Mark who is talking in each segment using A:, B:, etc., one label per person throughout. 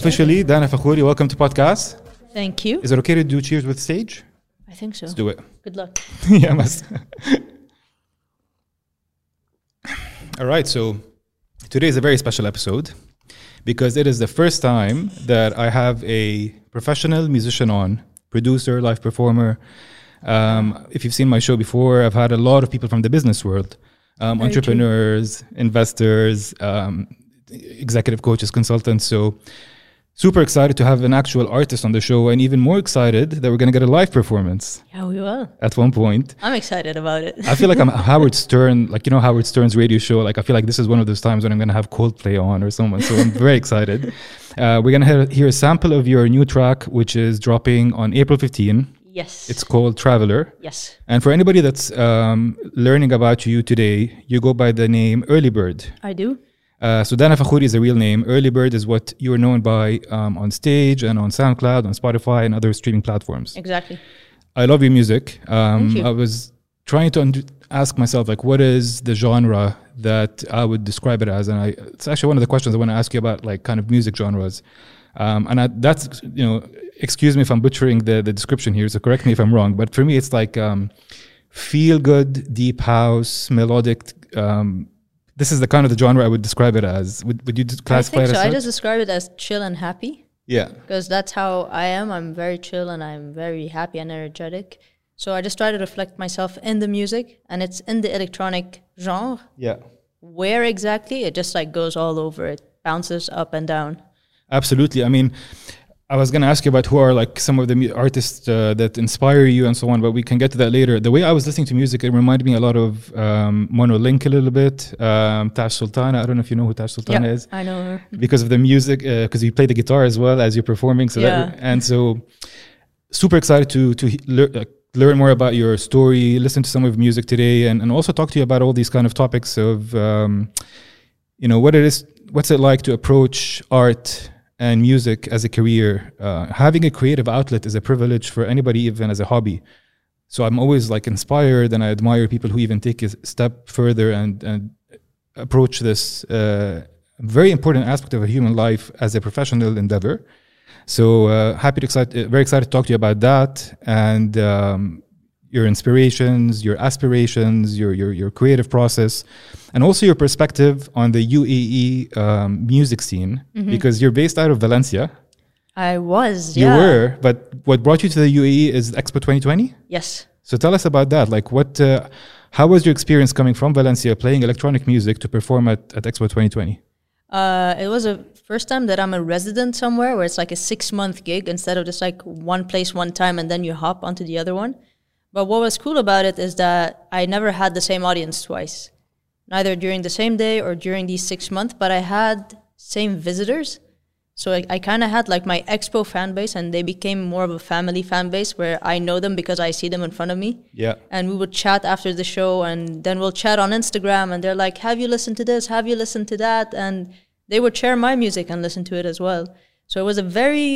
A: Officially, Dana Fakhuri, welcome to podcast.
B: Thank you.
A: Is it okay to do cheers with stage?
B: I think so.
A: Let's do it.
B: Good luck.
A: yeah, must. All right, so today is a very special episode because it is the first time that I have a professional musician on, producer, live performer. Um, if you've seen my show before, I've had a lot of people from the business world, um,
B: Very true.
A: entrepreneurs, investors, um, executive coaches, consultants. So super excited to have an actual artist on the show, and even more excited that we're going to get a live performance
B: Yeah, we will.
A: at one point.
B: I'm excited about it.
A: I feel like I'm Howard Stern, like you know Howard Stern's radio show. Like I feel like this is one of those times when I'm gonna have Coldplay on or someone. So I'm very excited. Uh, we're gonna hear, hear a sample of your new track, which is dropping on April 15.
B: yes.
A: It's called Traveler.
B: yes.
A: And for anybody that's um, learning about you today, you go by the name Early Bird.
B: I do.
A: Uh, so Dana Fakhouri is a real name. Early Bird is what you are known by um, on stage and on SoundCloud, on Spotify, and other streaming platforms.
B: Exactly.
A: I love your music. Um,
B: you.
A: I was trying to und- ask myself, like, what is the genre that I would describe it as? And I, it's actually one of the questions I want to ask you about, like, kind of music genres. Um, and I, that's, you know, excuse me if I'm butchering the, the description here, so correct me if I'm wrong. But for me, it's like um, feel good, deep house, melodic. Um, this is the kind of the genre I would describe it as. Would, would you d-
B: I
A: classify
B: think
A: it as
B: so. I
A: such?
B: just describe it as chill and happy
A: yeah.
B: because that's how I am. I'm very chill and I'm very happy and energetic. So I just try to reflect myself in the music and it's in the electronic genre.
A: Yeah.
B: Where exactly? It just like goes all over. It bounces up and down.
A: Absolutely. I mean, I was going to ask you about who are like some of the mu- artists uh, that inspire you and so on, but we can get to that later. The way I was listening to music, it reminded me a lot of um, Mono Link a little bit, um, Tash Sultana. I don't know if you know who Tash Sultana is
B: I know. her.
A: because of the music, because you play the guitar as well as you're performing. So
B: Yeah.
A: that, and so super excited to to he- lear, like, learn more about your story, listen to some of your music today, and, and also talk to you about all these kind of topics of um, you know what it is, what's it like to approach art and music as a career. Uh, having a creative outlet is a privilege for anybody, even as a hobby. So I'm always like inspired, and I admire people who even take a step further and and approach this uh, very important aspect of a human life as a professional endeavor. So uh, happy to excite, uh, very excited to talk to you about that and um, your inspirations, your aspirations, your, your your creative process, and also your perspective on the UAE um, music scene because you're based out of Valencia.
B: I was.
A: You
B: yeah.
A: were, but what brought you to the UAE is Expo 2020.
B: Yes.
A: So tell us about that. Like, what? Uh, how was your experience coming from Valencia, playing electronic music to perform at, at Expo 2020?
B: Uh, it was a first time that I'm a resident somewhere where it's like a six month gig instead of just like one place one time and then you hop onto the other one. But what was cool about it is that I never had the same audience twice, neither during the same day or during these six months. But I had same visitors, so I, I kind of had like my expo fan base, and they became more of a family fan base where I know them because I see them in front of me
A: Yeah.
B: and we would chat after the show and then we'll chat on instagram and they're like have you listened to this have you listened to that and they would share my music and listen to it as well so it was a very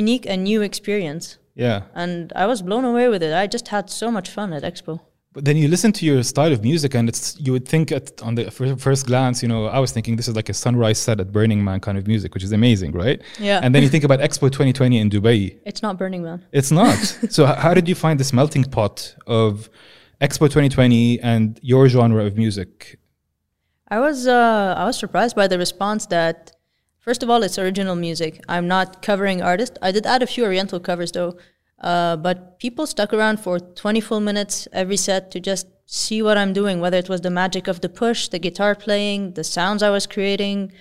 B: unique and new experience
A: Yeah.
B: and i was blown away with it i just had so much fun at expo
A: But then you listen to your style of music, and it's you would think at on the fir- first glance, you know, I was thinking this is like a sunrise set at Burning Man kind of music, which is amazing, right?
B: Yeah.
A: And then you think about Expo 2020 in Dubai.
B: it's not burning man
A: It's not. so h- how did you find this melting pot of Expo 2020 and your genre of music?
B: I was uh, I was surprised by the response that first of all it's original music. I'm not covering artists. I did add a few Oriental covers though, uh, but people stuck around for 20 full minutes every set to just see what I'm doing. Whether it was the magic of the push, the guitar playing, the sounds I was creating,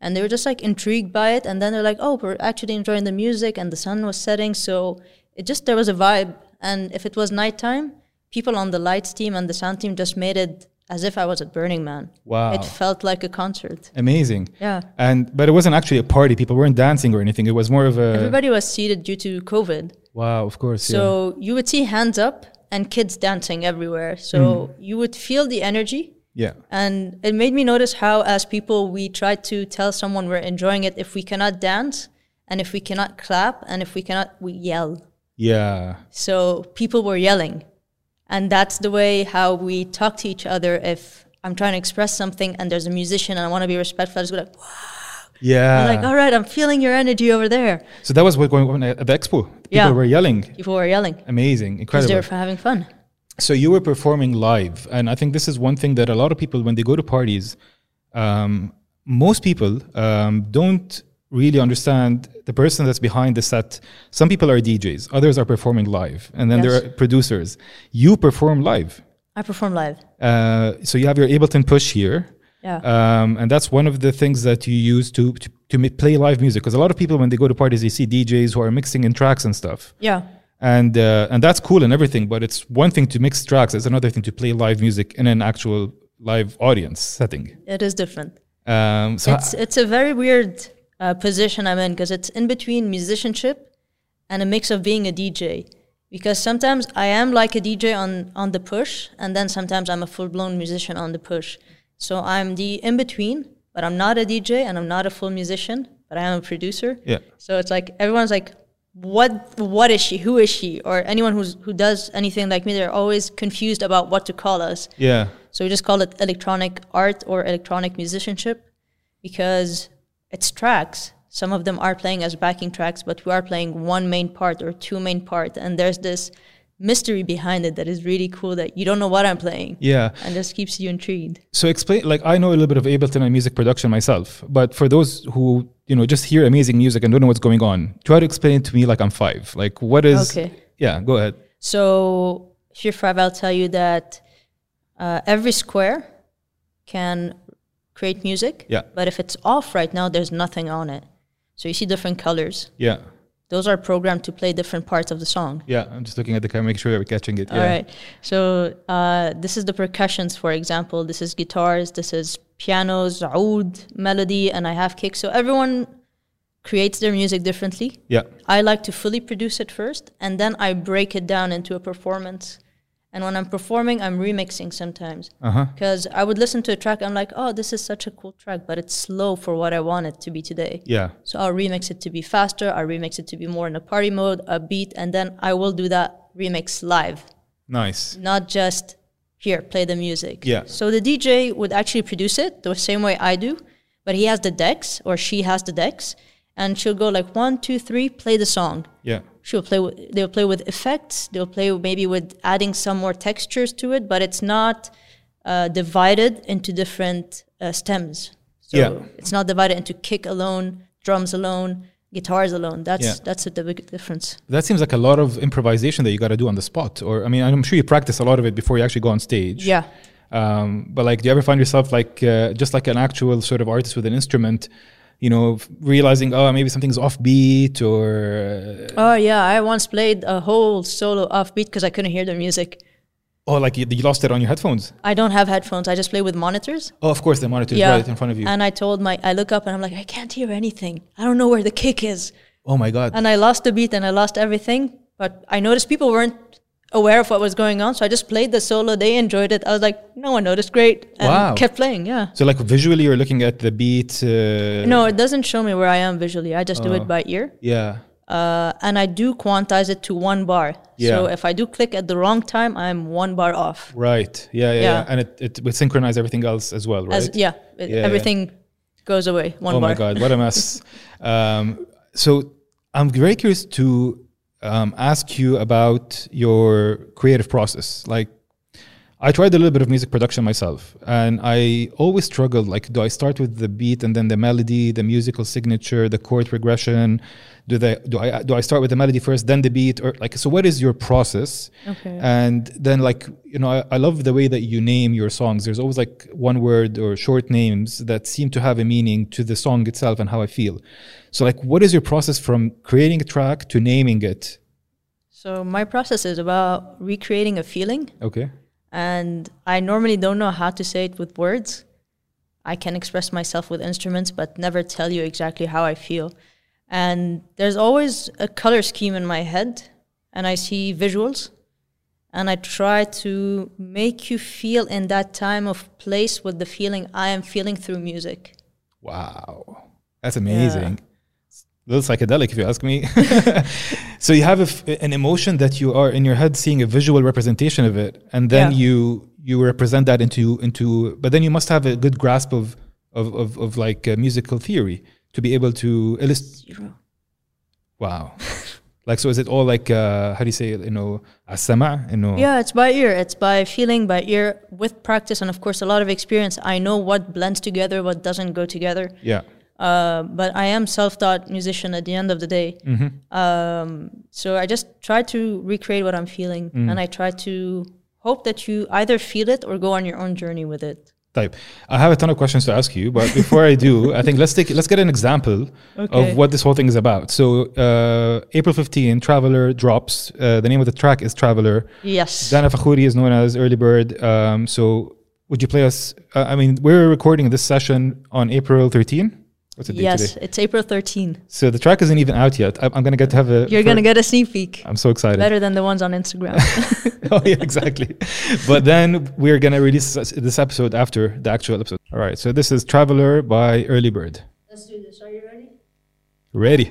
B: and they were just like intrigued by it. And then they're like, "Oh, we're actually enjoying the music," and the sun was setting, so it just there was a vibe. And if it was nighttime, people on the lights team and the sound team just made it as if I was at Burning Man.
A: Wow.
B: It felt like a concert.
A: Amazing.
B: Yeah.
A: And but it wasn't actually a party. People weren't dancing or anything. It was more of a
B: Everybody was seated due to COVID.
A: wow. Of course. yeah.
B: So you would see hands up and kids dancing everywhere. So you would feel the energy.
A: yeah.
B: And it made me notice how, as people, we try to tell someone we're enjoying it if we cannot dance and if we cannot clap and if we cannot, we yell.
A: Yeah.
B: So people were yelling. and that's the way how we talk to each other if i'm trying to express something and there's a musician and i want to be respectful i just go like "Wow."
A: Yeah.
B: I'm
A: Ah.
B: like all right i'm feeling your energy over there
A: so that was what going on at the expo. People
B: Yeah.
A: were yelling.
B: people are yelling
A: Amazing,
B: because
A: incredible.
B: they're having fun
A: So you were performing live, and I think this is one thing that a lot of people, when they go to parties, um, most people um, don't really understand the person that's behind the set. Some people are DJs, others are performing live, and then
B: Yes.
A: there are producers. You perform live,
B: i perform live
A: uh, so you have your Ableton Push here.
B: yeah
A: Um, and that's one of the things that you use to to, to ma- play live music. Because a lot of people, when they go to parties, they see DJs who are mixing in tracks and stuff,
B: yeah
A: and uh, and that's cool and everything. But it's one thing to mix tracks; it's another thing to play live music in an actual live audience setting.
B: it is different
A: Um, so
B: it's it's a very weird uh, position I'm in because it's in between musicianship and a mix of being a DJ. Because sometimes I am like a DJ on on the push, and then sometimes I'm a full blown musician on the push. So I'm the in between, but I'm not a DJ and I'm not a full musician, but I am a producer.
A: Yeah.
B: So it's like everyone's like, what what is she? Who is she? Or anyone who's who does anything like me, they're always confused about what to call us.
A: yeah,
B: So we just call it electronic art or electronic musicianship because it's tracks. Some of them are playing as backing tracks, but we are playing one main part or two main part. And there's this mystery behind it that is really cool that you don't know what I'm playing
A: yeah.
B: and just keeps you intrigued.
A: So explain. Like I know a little bit of Ableton and music production myself, but for those who you know just hear amazing music and don't know what's going on, try to explain it to me like I'm five. Like what is?
B: Okay.
A: Yeah, go ahead.
B: So if you're five, I'll tell you that uh, every square can create music.
A: Yeah.
B: But if it's off right now, there's nothing on it. So you see different colors.
A: Yeah,
B: Those are programmed to play different parts of the song.
A: yeah. I'm just looking at the camera, make sure we're catching it. Yeah.
B: All right. So uh, this is the percussions, for example. This is guitars. This is pianos, oud, melody, and I have kicks. So everyone creates their music differently.
A: Yeah.
B: I like to fully produce it first, and then I break it down into a performance. And when I'm performing, I'm remixing sometimes
A: Uh huh.
B: because I would listen to a track. I'm like, oh, this is such a cool track, but it's slow for what I want it to be today.
A: Yeah.
B: So I'll remix it to be faster. I'll remix it to be more in a party mode, a beat, and then I will do that remix live
A: Nice.
B: not just here play the music.
A: Yeah.
B: So the DJ would actually produce it the same way I do, but he has the decks or she has the decks, and she'll go like one, two, three, play the song.
A: Yeah.
B: She'll play. With, they'll play with effects. They'll play maybe with adding some more textures to it, but it's not uh, divided into different uh, stems. So
A: Yeah.
B: it's not divided into kick alone, drums alone, guitars alone. That's
A: Yeah.
B: that's the big difference.
A: That seems like a lot of improvisation that you got to do on the spot. Or I mean, I'm sure you practice a lot of it before you actually go on stage.
B: Yeah.
A: Um, but like, do you ever find yourself like uh, just like an actual sort of artist with an instrument? You know, f- realizing oh maybe something's offbeat or
B: Oh yeah, I once played a whole solo offbeat because I couldn't hear the music.
A: oh like you, you lost it on your headphones.
B: I don't have headphones. I just play with monitors.
A: Oh, of course the monitor is
B: Yeah,
A: right in front of you.
B: And I told my, I look up and I'm like, I can't hear anything. I don't know where the kick is.
A: oh my god.
B: And I lost the beat and I lost everything. But I noticed people weren't aware of what was going on, so I just played the solo. They enjoyed it. I was like, no one noticed. Great, and
A: Wow.
B: kept playing. Yeah.
A: so like visually, you're looking at the beat. Uh,
B: No, it doesn't show me where I am visually. I just do
A: Oh.
B: it by ear.
A: Yeah.
B: Uh, and I do quantize it to one bar. So
A: Yeah.
B: if I do click at the wrong time, I'm one bar off.
A: Right. Yeah. Yeah. yeah.
B: Yeah.
A: And it, it would synchronize everything else as well, right?
B: As yeah, it-
A: Yeah, yeah.
B: everything goes away. One
A: Oh
B: bar.
A: my god, what a mess! um, so I'm very curious to um, ask you about your creative process. Like, I tried a little bit of music production myself, and I always struggled. Like, do I start with the beat and then the melody, the musical signature, the chord progression? Do they do I do I start with the melody first, then the beat, or like? So, what is your process?
B: Okay.
A: And then, like, you know, I, I love the way that you name your songs. There's always like one word or short names that seem to have a meaning to the song itself and how I feel. So, like, what is your process from creating a track to naming it?
B: So my process is about recreating a feeling,
A: Okay.
B: and I normally don't know how to say it with words. I can express myself with instruments, but never tell you exactly how I feel. And there's always a color scheme in my head, and I see visuals, and I try to make you feel in that time of place with the feeling I am feeling through music.
A: Wow. That's amazing. little psychedelic, if you ask me. so you have a f an emotion that you are in your head seeing a visual representation of it, and then
B: Yeah.
A: you you represent that into into. But then you must have a good grasp of of of, of like uh, musical theory to be able to illustrate.
B: Zero.
A: Wow. Like so, is it all like uh, how do you say it? You know, asama. You know,
B: Yeah, it's by ear. It's by feeling, by ear, with practice, and of course, a lot of experience. I know what blends together, what doesn't go together.
A: yeah,
B: Uh, but I am self-taught musician at the end of the day.
A: Mm-hmm.
B: Um, so I just try to recreate what I'm feeling,
A: Mm.
B: and I try to hope that you either feel it or go on your own journey with it.
A: Type. I have a ton of questions to ask you, but before I do, I think let's take let's get an example
B: Okay.
A: of what this whole thing is about. So, uh, April 15, Traveler drops. Uh, the name of the track is Traveler.
B: Yes.
A: Dana Fakhouri is known as Early Bird. Um, so, would you play us? Uh, I mean, we're recording this session on April 13. What's the date
B: yes,
A: today?
B: it's April 13.
A: So the track isn't even out yet. I, I'm gonna get to have a.
B: You're gonna get a sneak peek.
A: I'm so excited.
B: Better than the ones on Instagram.
A: oh yeah, exactly. but then we're gonna release this- this episode after the actual episode. All right. So this is Traveler by Early Bird.
B: Let's do this. Are you ready?
A: Ready.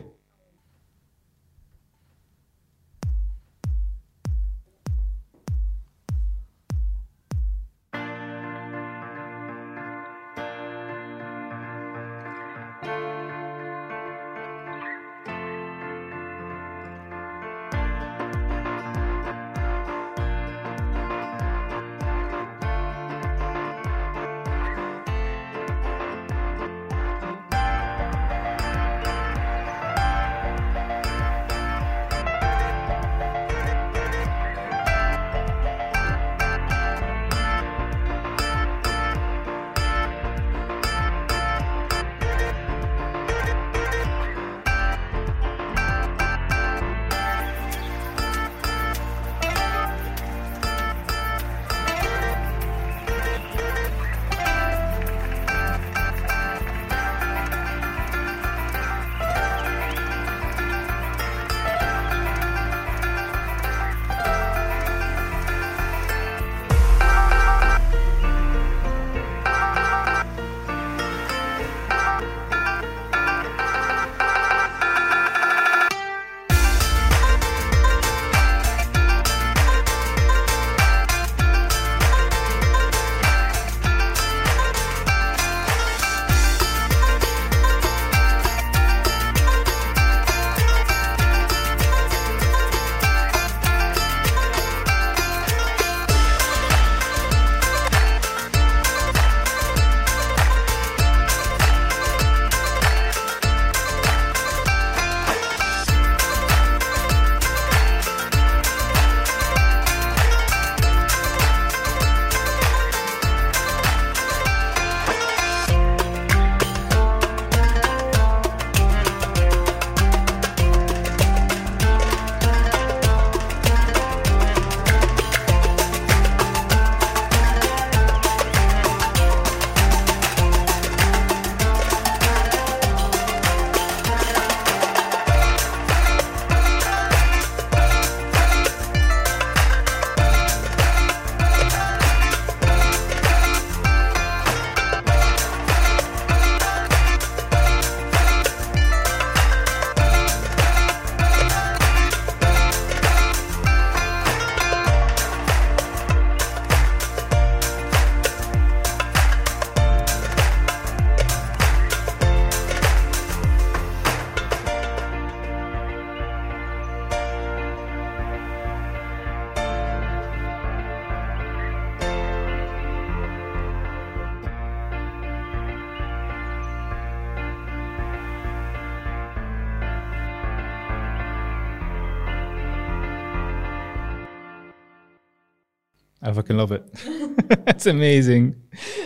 A: I fucking love it. That's amazing.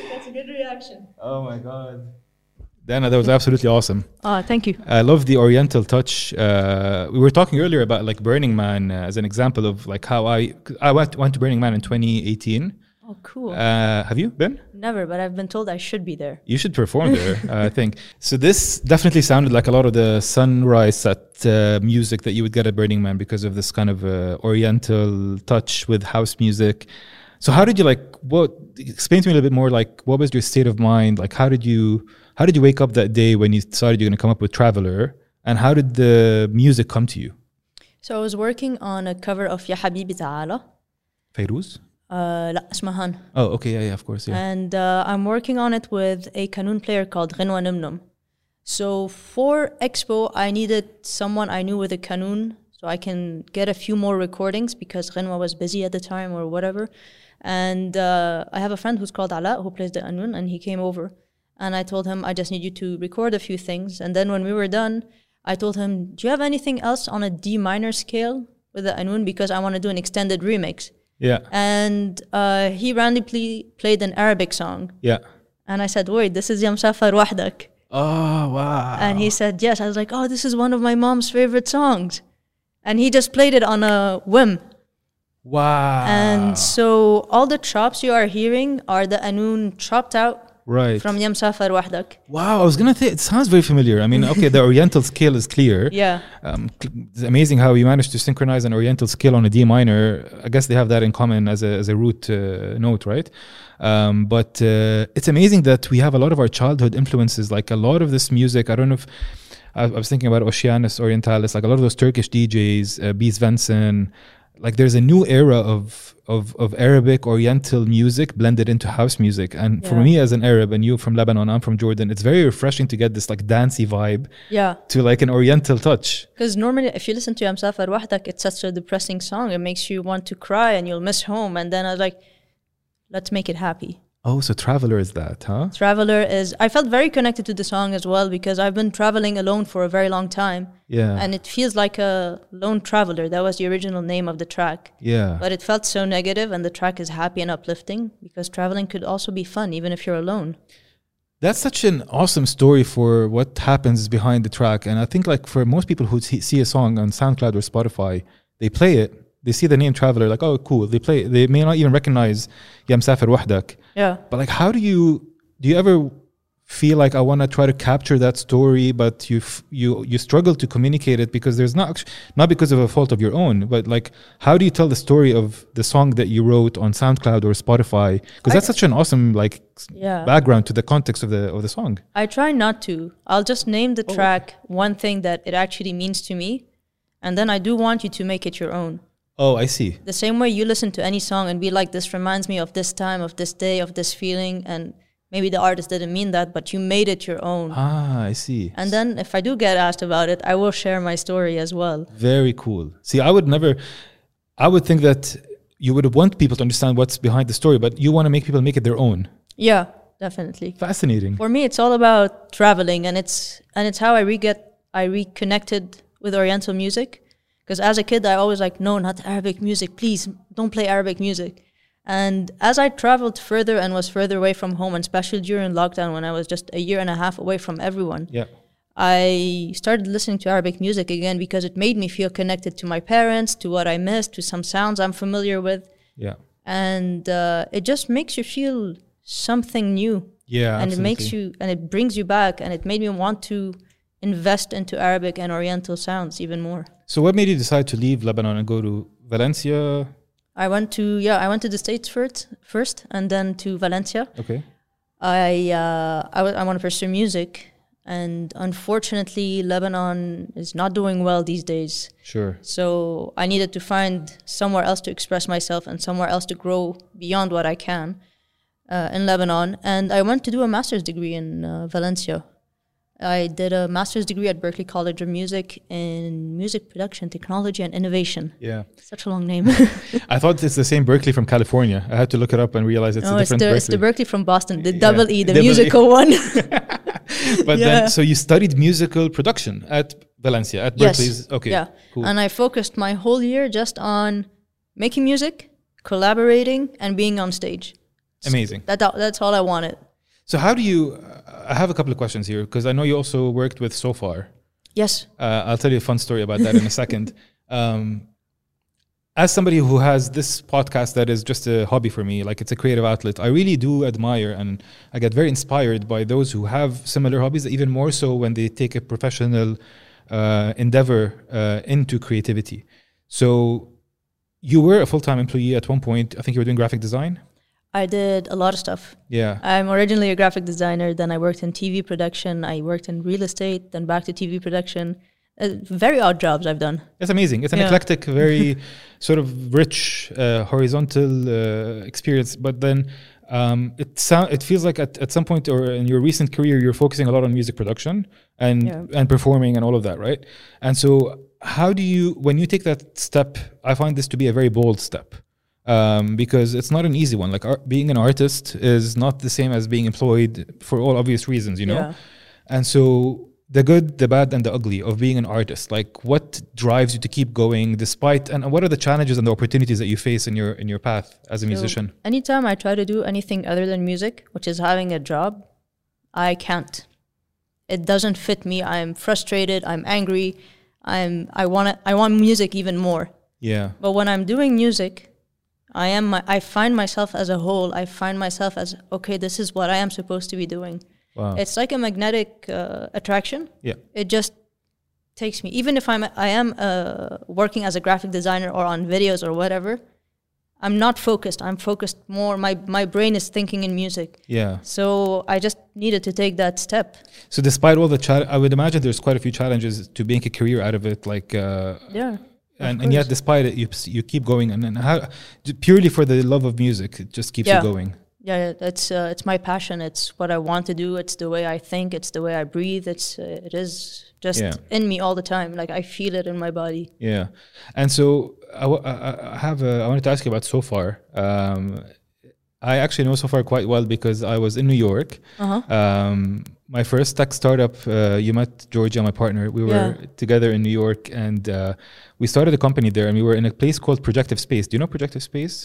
B: That's a good reaction.
A: Oh my god. Dana, that was absolutely awesome.
B: Ah, thank you.
A: I love the Oriental touch. Uh, we were talking earlier about like Burning Man uh, as an example of like how I 'cause I went, went to Burning Man in 2018.
B: Oh, cool.
A: Uh, have you been?
B: Never, but I've been told I should be there.
A: You should perform there, I think. So this definitely sounded like a lot of the sunrise set uh, music that you would get at Burning Man because of this kind of uh, Oriental touch with house music. So how did you like? What explain to me a little bit more? Like, what was your state of mind? Like, how did you how did you wake up that day when you decided you're going to come up with Traveler? And how did the music come to you?
B: So I was working on a cover of Ya Habibi Ta'ala.
A: Fairuz?
B: Uh, لا اسمها هان.
A: Oh, okay. Yeah, yeah, of course. Yeah.
B: And uh, I'm working on it with a kanun player called Renwa Numnum. So for Expo, I needed someone I knew with a kanun so I can get a few more recordings because Renwa was busy at the time or whatever. And uh, I have a friend who's called Ala who plays the kanun, and he came over. And I told him, I just need you to record a few things. And then when we were done, I told him, Do you have anything else on a D minor scale with the kanun? Because I want to do an extended remix
A: Yeah.
B: and uh, he randomly played an Arabic song.
A: Yeah.
B: And I said, wait, this is Yamsafa Wahdak.
A: Oh, wow.
B: And he said, yes. I was like, oh, this is one of my mom's favorite songs. And he just played it on a whim.
A: wow.
B: And so all the chops you are hearing are the Anun chopped out
A: right.
B: from Yamsafa Wahdak.
A: wow. I was going to say, it sounds very familiar. I mean, okay, the Oriental scale is clear.
B: Yeah.
A: Um, cl- it's amazing how you managed to synchronize an Oriental scale on a D minor. I guess they have that in common as a as a root uh, note, right? Um, but uh, it's amazing that we have a lot of our childhood influences. Like a lot of this music, I don't know if I, I was thinking about Oceanus Orientalis, like a lot of those Turkish DJs, uh, Bees Venson. Like there's a new era of of of Arabic Oriental music blended into house music, and for
B: Yeah.
A: me as an Arab and you from Lebanon, I'm from Jordan. It's very refreshing to get this like dancey vibe
B: Yeah.
A: to like an Oriental touch.
B: Because normally, if you listen to Yamsafa Wahdak, it's such a depressing song. It makes you want to cry and you'll miss home. And then I was like, let's make it happy.
A: Oh, so Traveler is that, huh?
B: Traveler is I felt very connected to the song as well because I've been traveling alone for a very long time
A: Yeah.
B: and it feels like a lone traveler that was the original name of the track
A: yeah.
B: but it felt so negative and the track is happy and uplifting because traveling could also be fun even if you're alone
A: That's such an awesome story for what happens behind the track. And I think, like, for most people who see see a song on SoundCloud or Spotify, they play it, they see the name Traveler, like, oh, cool. They play, they may not even recognize Yam Safir Wahdak.
B: yeah
A: But, like, how do you, do you ever feel like I want to try to capture that story, but you, f- you, you struggle to communicate it because there's not, actu- not because of a fault of your own, but like, how do you tell the story of the song that you wrote on SoundCloud or Spotify? Because that's such an awesome, like, s-
B: yeah
A: background to the context of the of the song.
B: I try not to I'll just name the track one thing that it actually means to me and then I do want you to make it your own
A: Oh, I see.
B: the same way you listen to any song and be like this reminds me of this time of this day of this feeling and maybe the artist didn't mean that but you made it your own
A: Ah, I see.
B: and then if i do get asked about it i will share my story as well
A: Very cool. See, I would never I would think that you would want people to understand what's behind the story, but you want to make people make it their own.
B: yeah definitely
A: Fascinating.
B: for me it's all about traveling and it's and it's how i re-get i reconnected with oriental music because as a kid i always like no not arabic music please don't play arabic music and as i traveled further and was further away from home and especially during lockdown when i was just a year and a half away from everyone
A: Yeah.
B: I started listening to Arabic music again because it made me feel connected to my parents, to what I missed, to some sounds I'm familiar with.
A: Yeah.
B: And uh, it just makes you feel something new.
A: Yeah.
B: and it makes
A: absolutely.
B: you, and it brings you back. And it made me want to invest into Arabic and Oriental sounds even more.
A: So what made you decide to leave Lebanon and go to Valencia?
B: I went to, yeah, I went to the States first, first and then to Valencia.
A: Okay.
B: I uh, I, w- I want to pursue music. And unfortunately, Lebanon is not doing well these days.
A: Sure.
B: So I needed to find somewhere else to express myself and somewhere else to grow beyond what I can uh, in Lebanon. And I went to do a master's degree in uh, Valencia. I did a master's degree at Berklee College of Music in music production, technology, and innovation.
A: Yeah.
B: Such a long name.
A: I thought it's the same Berkeley from California. I had to look it up and realize it's
B: no,
A: a
B: it's
A: different
B: the, it's the
A: Berkeley.
B: Berklee from Boston, the double E, the
A: double E.
B: musical one.
A: but
B: yeah.
A: then so you studied musical production at Valencia at Berkeley's okay.
B: Yeah. Uh,
A: Cool.
B: And I focused my whole year just on making music, collaborating, and being on stage.
A: Amazing.
B: That, that, that's all I wanted.
A: So how do you? I have a couple of questions here because I know you also worked with Sofar.
B: Yes.
A: Uh, I'll tell you a fun story about that in a second. Um, as somebody who has this podcast that is just a hobby for me, like it's a creative outlet, I really do admire and I get very inspired by those who have similar hobbies, even more so when they take a professional uh, endeavor uh, into creativity. So you were a full time employee at one point. I think you were doing graphic design.
B: I did a lot of stuff.
A: Yeah.
B: I'm originally a graphic designer, then I worked in TV production, I worked in real estate, then back to TV production, Uh, very odd jobs I've done.
A: It's amazing. It's an
B: Yeah.
A: eclectic, very sort of rich, uh, horizontal uh, experience. But then um, it sound, it feels like at, at some point or in your recent career, you're focusing a lot on music production and
B: Yeah.
A: and performing and all of that, right? And so, how do you when you take that step? I find this to be a very bold step um, because it's not an easy one. Like ar- being an artist is not the same as being employed for all obvious reasons, you know.
B: Yeah.
A: And so the good, the bad, and the ugly of being an artist. Like what drives you to keep going despite and what are the challenges and the opportunities that you face in your in your path as a
B: So
A: musician?
B: anytime I try to do anything other than music, which is having a job, I can't. It doesn't fit me. I'm frustrated. I'm angry. I'm. I want. I want music even more.
A: Yeah.
B: But when I'm doing music, I am. My, I find myself as a whole. I find myself as okay. This is what I am supposed to be doing.
A: Wow.
B: It's like a magnetic uh, attraction.
A: yeah.
B: It just takes me. Even if I'm. I am uh, working as a graphic designer or on videos or whatever. I'm not focused. I'm focused more. My my brain is thinking in music.
A: Yeah.
B: So I just needed to take that step.
A: So despite all the chal I would imagine there's quite a few challenges to making a career out of it like uh
B: Yeah.
A: and, and yet despite it you, you keep going and, and how j- purely for the love of music it just keeps
B: Yeah.
A: you going
B: yeah it's uh, it's my passion it's what i want to do it's the way i think it's the way i breathe it's uh, it is just
A: Yeah.
B: in me all the time like i feel it in my body
A: Yeah, and so I, w- I- I- I have a, I wanted to ask you about so far. Um, I actually know so far quite well because I was in New York.
B: Uh-huh.
A: Um, my first tech startup. Uh, you met Georgia, my partner. We were
B: Yeah.
A: together in New York, and uh, we started a company there. And we were in a place called Projective Space. Do you know Projective Space?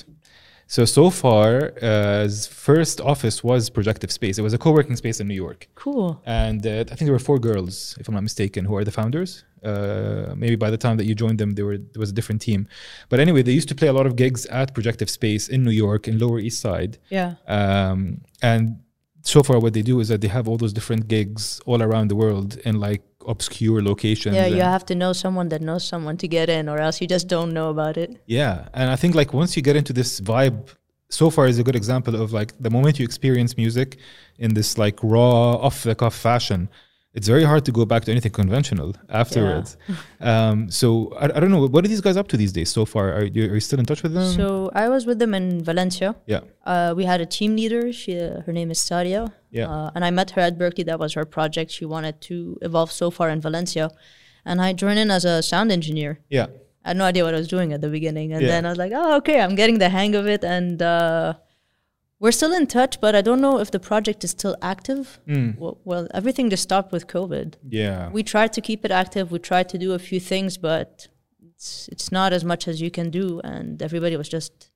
A: So so far, uh's first office was Projective Space. It was a co-working space in New York
B: cool
A: and uh, I think there were four girls, if I'm not mistaken, who are the founders. Uh, maybe by the time that you joined them, they were there was a different team. But anyway, they used to play a lot of gigs at Projective Space in New York, in Lower East Side.
B: yeah
A: Um, and so far, what they do is that they have all those different gigs all around the world in like obscure locations.
B: yeah
A: and-
B: you have to know someone that knows someone to get in or else you just don't know about it
A: Yeah, and I think like once you get into this vibe, so far is a good example of like the moment you experience music in this like raw, off the cuff fashion. It's very hard to go back to anything conventional afterwards. um, so I, I don't know what are these guys up to these days. So far, are you, are you still in touch with them?
B: so i was with them in valencia
A: yeah,
B: uh, we had a team leader she uh, her name is saria
A: Yeah.
B: uh, and i met her at berkeley that was her project she wanted to evolve so far in valencia and i joined in as a sound engineer
A: yeah,
B: I had no idea what I was doing at the beginning. And
A: Yeah.
B: then I was like, oh, okay, I'm getting the hang of it. And uh, we're still in touch, but I don't know if the project is still active.
A: Mm.
B: Well, well, everything just stopped with COVID.
A: yeah.
B: We tried to keep it active, we tried to do a few things, but it's, it's not as much as you can do. And everybody was just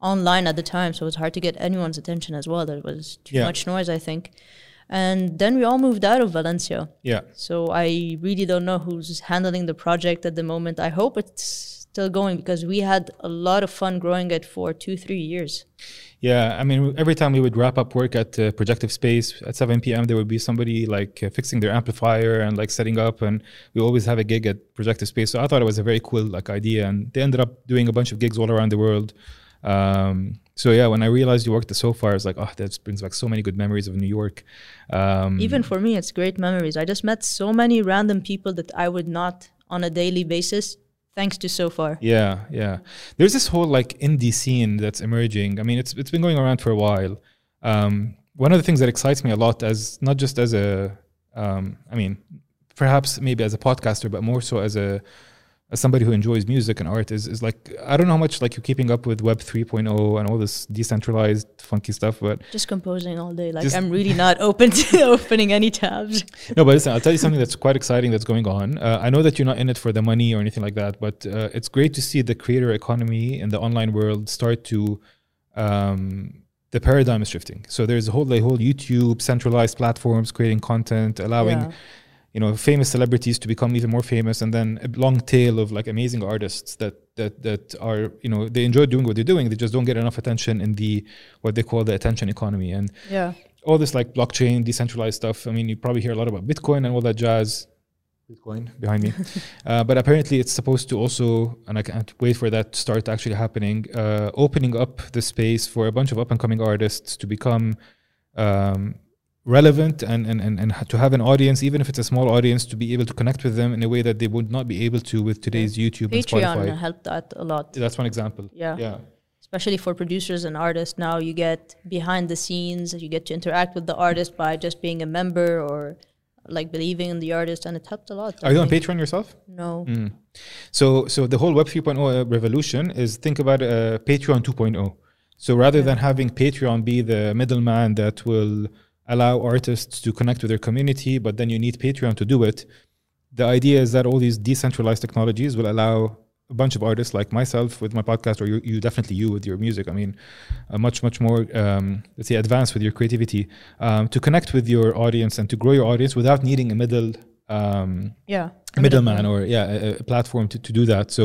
B: online at the time, so it was hard to get anyone's attention as well. There was too
A: Yeah.
B: much noise, I think. And then we all moved out of Valencia.
A: yeah.
B: So I really don't know who's handling the project at the moment. I hope it's still going because we had a lot of fun growing it for two, three years.
A: Yeah, I mean, every time we would wrap up work at uh, Projective Space at 7 p.m., there would be somebody like uh, fixing their amplifier and like setting up, and we always have a gig at Projective Space. So I thought it was a very cool like idea, and they ended up doing a bunch of gigs all around the world. Um, so yeah, when I realized you worked at so far, I was like, oh, that brings back so many good memories of New York. Um,
B: Even for me, it's great memories. I just met so many random people that I would not on a daily basis, thanks to so far.
A: Yeah, yeah. There's this whole like indie scene that's emerging. I mean, it's it's been going around for a while. Um, one of the things that excites me a lot as not just as a, um, I mean, perhaps maybe as a podcaster, but more so as a as somebody who enjoys music and art is, is like I don't know how much like you're keeping up with Web 3.0 and all this decentralized funky stuff, but
B: Just composing all day. Like
A: Just-
B: I'm really not open to opening any tabs.
A: no, but listen, I'll tell you something that's quite exciting that's going on. Uh, I know that you're not in it for the money or anything like that, but uh, it's great to see the creator economy in the online world start to. Um, the paradigm is shifting. So there's a whole, the whole YouTube centralized platforms creating content, allowing
B: Yeah.
A: you know famous celebrities to become even more famous and then a long tail of like amazing artists that that that are you know they enjoy doing what they're doing they just don't get enough attention in the what they call the attention economy and
B: Yeah.
A: all this like blockchain decentralized stuff i mean you probably hear a lot about bitcoin and all that jazz bitcoin behind me uh, but apparently it's supposed to also and i can't wait for that to start actually happening uh, opening up the space for a bunch of up and coming artists to become um, relevant and, and, and, and ha- to have an audience, even if it's a small audience, to be able to connect with them in a way that they would not be able to with today's YouTube and
B: Patreon
A: Spotify.
B: helped that a lot,
A: That's one example.
B: Yeah.
A: Yeah.
B: especially for producers and artists. Now you get behind the scenes, you get to interact with the artist by just being a member or like believing in the artist, and it helped a lot.
A: Are you on Mm.
B: definitely.
A: Patreon yourself?
B: No.
A: So, so the whole Web 3.0 uh, revolution is think about uh, Patreon 2.0. So rather than having Patreon be the middleman that will allow artists to connect with their community, but then you need Patreon to do it, the idea is that all these decentralized technologies will allow a bunch of artists like myself with my podcast, or you, you definitely you with your music. I mean, uh, much much more um, let's say advanced with your creativity um, to connect with your audience and to grow your audience without needing a middle. Um,
B: Yeah.
A: a middleman or yeah a, a platform to, to do that so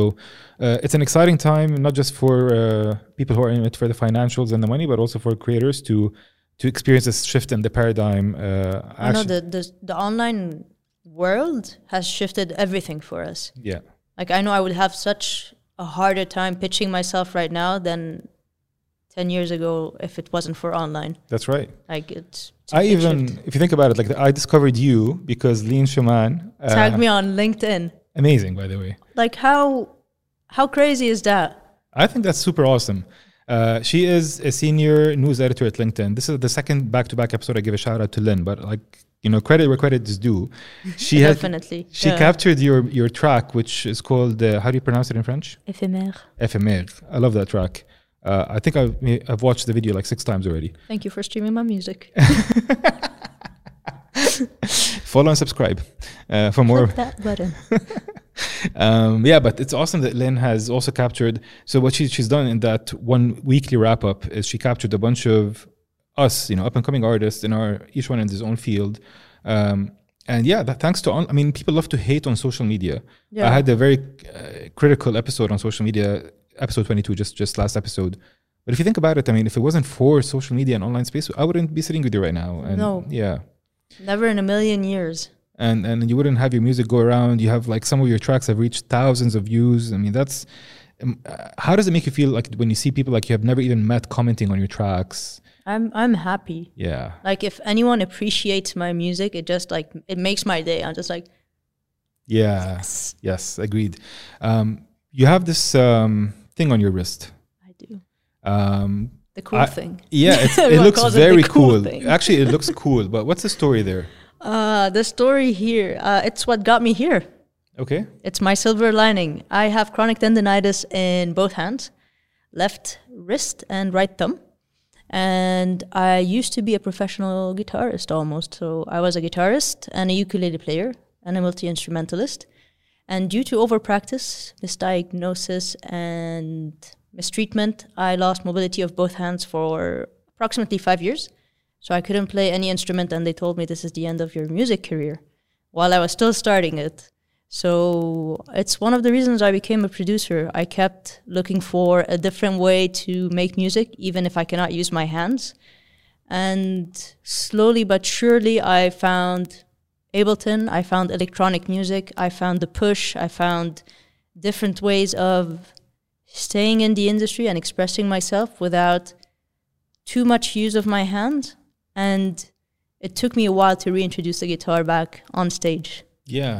A: uh, it's an exciting time not just for uh, people who are in it for the financials and the money but also for creators to to experience this shift in the paradigm uh,
B: I know
A: action.
B: the, the the online world has shifted everything for us.
A: yeah
B: Like I know I would have such a harder time pitching myself right now than ten years ago if it wasn't for online.
A: that's right
B: Like it's, it's a
A: i
B: big
A: even
B: shift.
A: if you think about it like i discovered you because lean shaman uh,
B: tag me on LinkedIn.
A: amazing by the way
B: Like how how crazy is that?
A: I think that's super awesome. Uh, she is a senior news editor at LinkedIn. This is the second back-to-back episode I give a shout out to Lynn, but like you know, credit where credit is due. She had-
B: Definitely,
A: she
B: yeah.
A: captured your your track, which is called uh, how do you pronounce it in French?
B: Ephemer.
A: Éphémère. I love that track. Uh, I think I've, I've watched the video like six times already.
B: Thank you for streaming my music.
A: Follow and subscribe uh, for more.
B: Click that button.
A: um, yeah, but it's awesome that Lynn has also captured. So what she, she's done in that one weekly wrap up is she captured a bunch of us, you know, up and coming artists in our each one in his own field. Um, and yeah, that thanks to on, I mean, people love to hate on social media.
B: Yeah.
A: I had a very uh, critical episode on social media, episode twenty two, just just last episode. But if you think about it, I mean, if it wasn't for social media and online space, I wouldn't be sitting with you right now. And
B: No.
A: Yeah
B: Never in a million years.
A: and and you wouldn't have your music go around. You have like some of your tracks have reached thousands of views. I mean, that's um, uh, how does it make you feel like when you see people like you have never even met commenting on your tracks?
B: I'm I'm happy.
A: Yeah,
B: like if anyone appreciates my music it just like it makes my day i'm just like
A: yeah, yes, agreed. Um, you have this um, thing on your wrist.
B: i do
A: Um,
B: the cool
A: I-
B: thing
A: yeah, it's, it
B: Everyone
A: looks
B: calls it the
A: very
B: cool
A: cool.
B: thing.
A: Actually, it looks cool. But what's the story there?
B: uh the story here uh it's what got me here
A: Okay,
B: it's my silver lining i have chronic tendonitis in both hands left wrist and right thumb and i used to be a professional guitarist almost so i was a guitarist and a ukulele player and a multi-instrumentalist And due to overpractice, misdiagnosis, and mistreatment, I lost mobility of both hands for approximately five years. So I couldn't play any instrument, and they told me this is the end of your music career while I was still starting it. So it's one of the reasons I became a producer. I kept looking for a different way to make music, even if I cannot use my hands. And slowly but surely, I found Ableton, I found electronic music, I found the push, I found different ways of staying in the industry and expressing myself without too much use of my hands. And it took me a while to reintroduce the guitar back on stage.
A: yeah.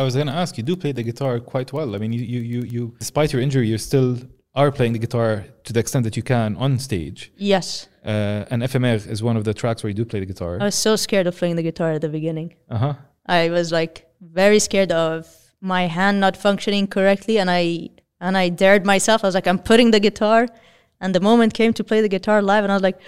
A: I was gonna ask you. Do play the guitar quite well. I mean, you you you, you despite your injury, you still are playing the guitar to the extent that you can on stage.
B: Yes,
A: uh, and FMR is one of the tracks where you do play the guitar.
B: I was so scared of playing the guitar at the beginning.
A: Uh huh.
B: I was like very scared of my hand not functioning correctly, and I and I dared myself. I was like, I'm putting the guitar, and the moment came to play the guitar live, and I was like,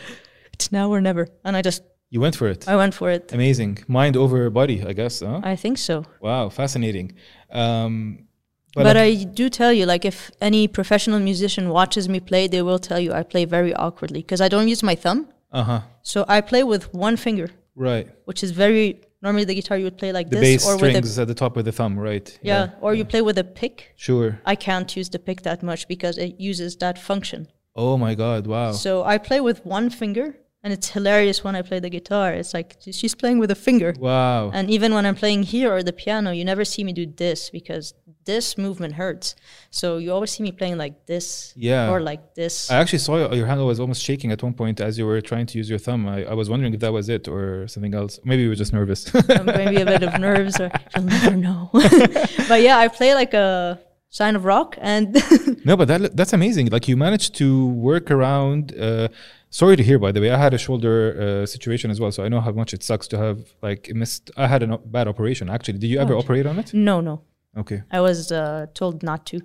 B: it's now or never, and I just
A: You went for it.
B: I went for it.
A: Amazing. Mind over body, I guess. Huh?
B: I think so.
A: Wow, fascinating. Um, but,
B: But, I do tell you, like, if any professional musician watches me play, they will tell you I play very awkwardly because I don't use my thumb.
A: uh huh.
B: So I play with one finger,
A: Right.
B: which is very normally the guitar you would play like
A: The
B: this,
A: bass
B: or with a
A: strings at the top with the thumb, right?
B: yeah, or you play with a pick.
A: Sure.
B: I can't use the pick that much because it uses that function.
A: Oh my God! Wow.
B: So I play with one finger, and it's hilarious when I play the guitar. It's like she's playing with a finger.
A: wow.
B: And even when I'm playing here or the piano, you never see me do this because this movement hurts. So you always see me playing like this
A: Yeah.
B: or like this.
A: I actually saw your- your hand was almost shaking at one point as you were trying to use your thumb. I, I was wondering if that was it or something else. Maybe you were just nervous.
B: um, maybe a bit of nerves or you'll never know. but yeah, I play like a sign of rock and
A: no, but that that's amazing. Like you managed to work around. Uh, sorry to hear, by the way. I had a shoulder uh, situation as well, so I know how much it sucks to have like missed. I had a bad operation actually. Did you ever operate on it?
B: no, no.
A: Okay,
B: I was uh, told not to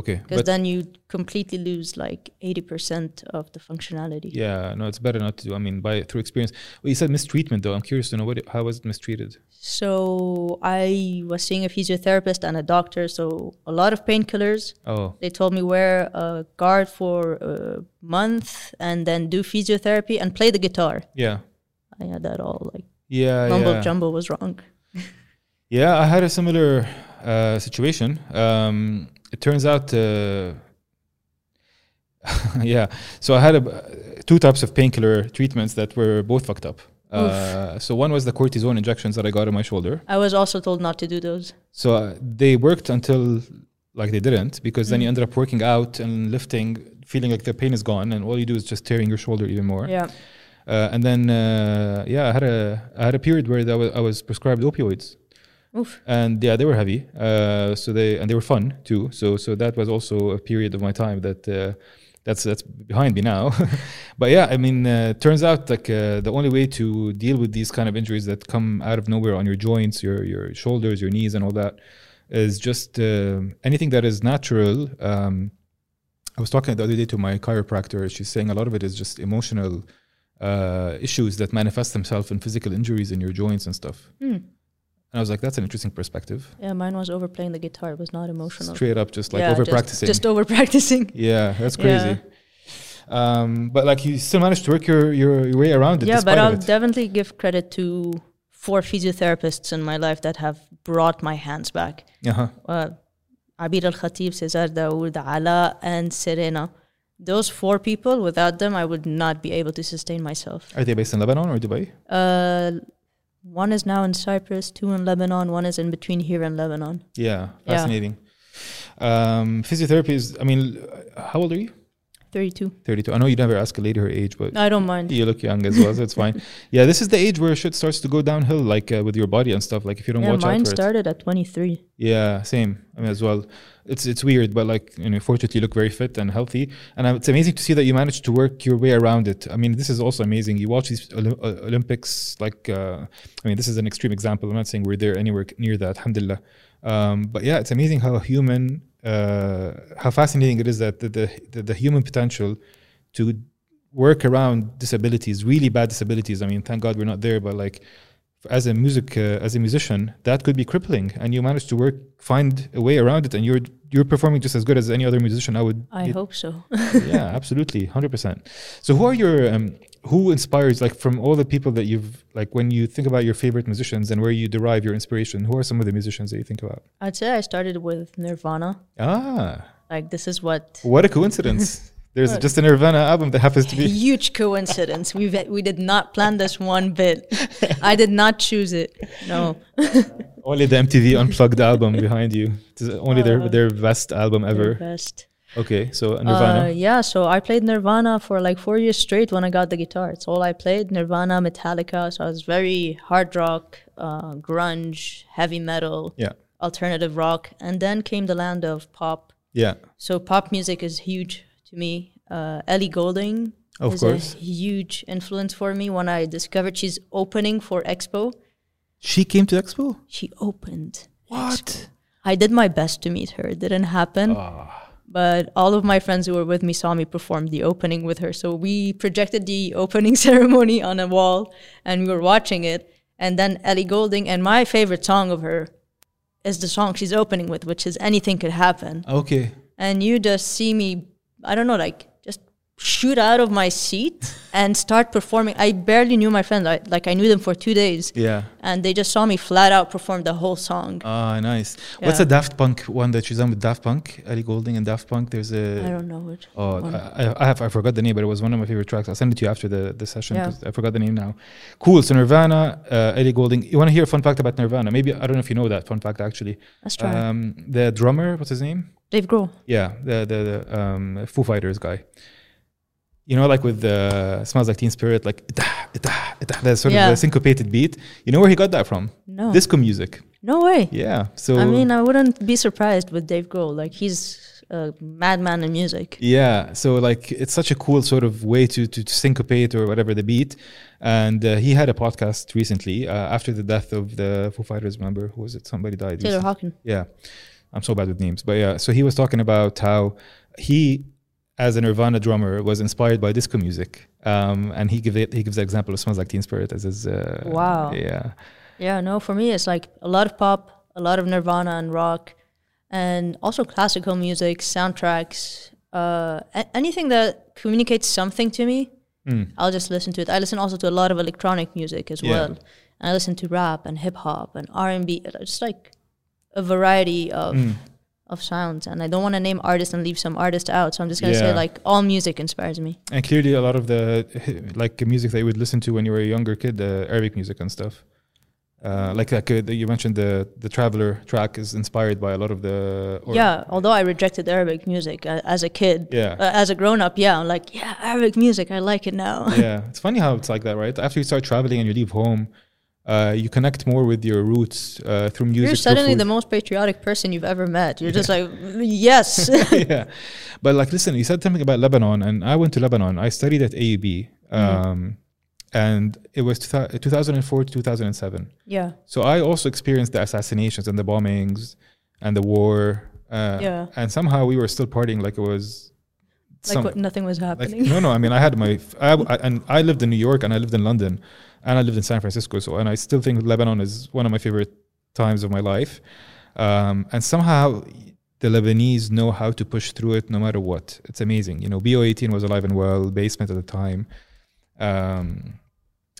A: okay.
B: because
A: But
B: then you completely lose like 80% of the functionality.
A: yeah, no, it's better not to. do. I mean, by through experience. Well, you said mistreatment though. I'm curious to know what it- how was it mistreated.
B: So I was seeing a physiotherapist and a doctor, so a lot of painkillers.
A: Oh,
B: They told me wear a guard for a month and then do physiotherapy and play the guitar.
A: yeah,
B: I had that all like
A: yeah,
B: mumble
A: Oh, yeah.
B: jumbo was wrong.
A: Yeah, I had a similar uh, situation. Um, it turns out, uh, yeah. So I had a, two types of painkiller treatments that were both fucked up. Uh, so one was the cortisone injections that I got on my shoulder.
B: I was also told not to do those.
A: So uh, they worked until like they didn't because then you ended up working out and lifting, feeling like the pain is gone, and all you do is just tearing your shoulder even more.
B: Yeah.
A: Uh, and then uh, yeah, I had a I had a period where that wa- I was prescribed opioids.
B: Oof.
A: and yeah they were heavy uh, so they and they were fun too so so that was also a period of my time that uh, that's that's behind me now but yeah i mean uh, turns out like uh, the only way to deal with these kind of injuries that come out of nowhere on your joints your your shoulders your knees and all that is just uh, anything that is natural um, i was talking the other day to my chiropractor she's saying a lot of it is just emotional uh, issues that manifest themselves in physical injuries in your joints and stuff and I was like, that's an interesting perspective.
B: Hmm. Yeah, mine was over playing the guitar. It was not emotional.
A: Straight up, just like
B: yeah,
A: over
B: just-
A: practicing.
B: Just, over practicing.
A: yeah, that's
B: Yeah.
A: crazy. Um, but like you still managed to work your, your, your way around it.
B: yeah,
A: despite
B: but um,
A: of
B: I'll
A: it.
B: definitely give credit to four physiotherapists in my life that have brought my hands back.
A: uh-huh.
B: Uh, Abir Al Khatib, Cesar Daoud, Ala, and Serena. Those four people, without them, I would not be able to sustain myself.
A: Are they based in Lebanon or Dubai?
B: Uh, one is now in Cyprus, two in Lebanon, one is in between here and Lebanon.
A: Yeah,
B: Yeah.
A: fascinating. Um, physiotherapy is, I mean, l- how old are you?
B: 32.
A: 32. I know you never ask a lady her age, but
B: I don't mind.
A: you look young as well, so it's fine. Yeah, this is the age where shit starts to go downhill, like uh, with your body and stuff. Like if you don't
B: Yeah,
A: watch out
B: mine
A: for it.
B: started at 23.
A: Yeah, same. I mean, as well. It's it's weird, but like you know, fortunately, you look very fit and healthy, and uh, it's amazing to see that you managed to work your way around it. I mean, this is also amazing. You watch these Oli- uh, Olympics, like uh, I mean, this is an extreme example. I'm not saying we're there anywhere c- near that, alhamdulillah. Um, but yeah, it's amazing how human, uh, how fascinating it is that the the, the, the human potential to work around disabilities, really bad disabilities. I mean, thank God we're not there, but like as a music uh, as a musician, that could be crippling, and you managed to work find a way around it, and you're you're performing just as good as any other musician. I would,
B: I
A: it-
B: hope so.
A: yeah, absolutely, hundred percent. So, who are your um, who inspires like from all the people that you've like when you think about your favorite musicians and where you derive your inspiration? Who are some of the musicians that you think about?
B: I'd say I started with Nirvana.
A: Ah,
B: Like this is what
A: what a coincidence! There's just a Nirvana album that happens to be.
B: huge coincidence. We we did not plan this one bit. I did not choose it. No,
A: Only the MTV Unplugged album behind you. It's only
B: Uh,
A: their their best album ever.
B: best.
A: Okay, so
B: Uh,
A: Nirvana.
B: yeah, so I played Nirvana for like four years straight when I got the guitar. It's all I played Nirvana, Metallica. So I was very hard rock, uh, grunge, heavy metal,
A: yeah,
B: alternative rock, and then came the land of pop.
A: yeah.
B: So pop music is huge to me. Uh, Ellie Golding
A: Of
B: is
A: course.
B: a huge influence for me. When I discovered she's opening for Expo,
A: She came to Expo.
B: she opened.
A: What?
B: I did my best to meet her. It didn't happen. But all of my friends who were with me saw me perform the opening with her. So we projected the opening ceremony on a wall and we were watching it. And then Ellie Golding, and my favorite song of her is the song she's opening with, which is Anything Could Happen.
A: Okay.
B: and you just see me i don't know like just shoot out of my seat and start performing. I barely knew my friends. I, like I knew them for two days,
A: Yeah.
B: and they just saw me flat out perform the whole song.
A: Ah, nice. What's
B: Yeah.
A: a Daft Punk one that she's done with Daft Punk? Ellie Golding and Daft Punk. There's
B: I
A: a.
B: don't know it.
A: Oh, I, I- I have I forgot the name, but it was one of my favorite tracks. I'll send it to you after the, the session
B: Yeah.
A: 'cause I forgot the name now. Cool. So Nirvana, uh, Ellie Golding. You want to hear a fun fact about Nirvana? Maybe I don't know if you know that fun fact actually.
B: Let's try. it.
A: Um, the drummer, what's his name?
B: Dave Grohl.
A: Yeah, the the, the um, Foo Fighters guy. You know, like with the smells like Teen Spirit, like "Itah, itah, itah," that sort of
B: Yeah.
A: the syncopated beat. You know where he got that from?
B: No,
A: Disco music.
B: no way.
A: Yeah. So
B: I mean, I wouldn't be surprised with Dave Grohl. Like he's a madman in music.
A: Yeah, so like it's such a cool sort of way to to, to syncopate or whatever the beat. And uh, he had a podcast recently uh, after the death of the Foo Fighters member. Who was it? Somebody died.
B: Taylor
A: recently.
B: Hawkins.
A: Yeah, I'm so bad with names, but yeah. So he was talking about how he, as a Nirvana drummer, was inspired by disco music. Um, and he gives he gives the example of "Smells Like Teen Spirit" as his. Uh,
B: Wow.
A: Yeah.
B: Yeah, no, for me it's like a lot of pop, a lot of Nirvana and rock, and also classical music, soundtracks, uh, a- anything that communicates something to me.
A: Hmm.
B: I'll just listen to it. I listen also to a lot of electronic music as
A: Yeah.
B: well. And I listen to rap and hip hop and R and B, uh, just like a variety of
A: Hmm.
B: of sounds. And I don't want to name artists and leave some artist out, so I'm just gonna say
A: Yeah.
B: like all music inspires me.
A: And clearly, a lot of the like music that you would listen to when you were a younger kid, the Arabic music and stuff. Uh, like like uh, you mentioned, the the Traveler track is inspired by a lot of the. Or,
B: yeah, although I rejected Arabic music uh, as a kid,
A: Yeah.
B: uh, as a grown up, yeah, I'm like, yeah, Arabic music, I like it now.
A: yeah, it's funny how it's like that, right? After you start traveling and you leave home, uh, you connect more with your roots uh, through music.
B: You're
A: through
B: suddenly
A: food.
B: the most patriotic person you've ever met. You're just like, yes.
A: yeah. But like, listen, you said something about Lebanon, and I went to Lebanon. I studied at AUB,
B: Mm-hmm.
A: um, and it was two thou- 2004 to 2007.
B: yeah,
A: So I also experienced the assassinations and the bombings and the war. Uh,
B: Yeah.
A: And somehow we were still partying like it was.
B: like
A: some-
B: what, nothing was
A: like,
B: happening.
A: no, no. I mean, I had my, I, I- and I lived in New York, and I lived in London, and I lived in San Francisco. So, and I still think Lebanon is one of my favorite times of my life. Um, and somehow, the Lebanese know how to push through it, no matter what. It's amazing. You know, Bo18 was alive and well, basement at the time. Um,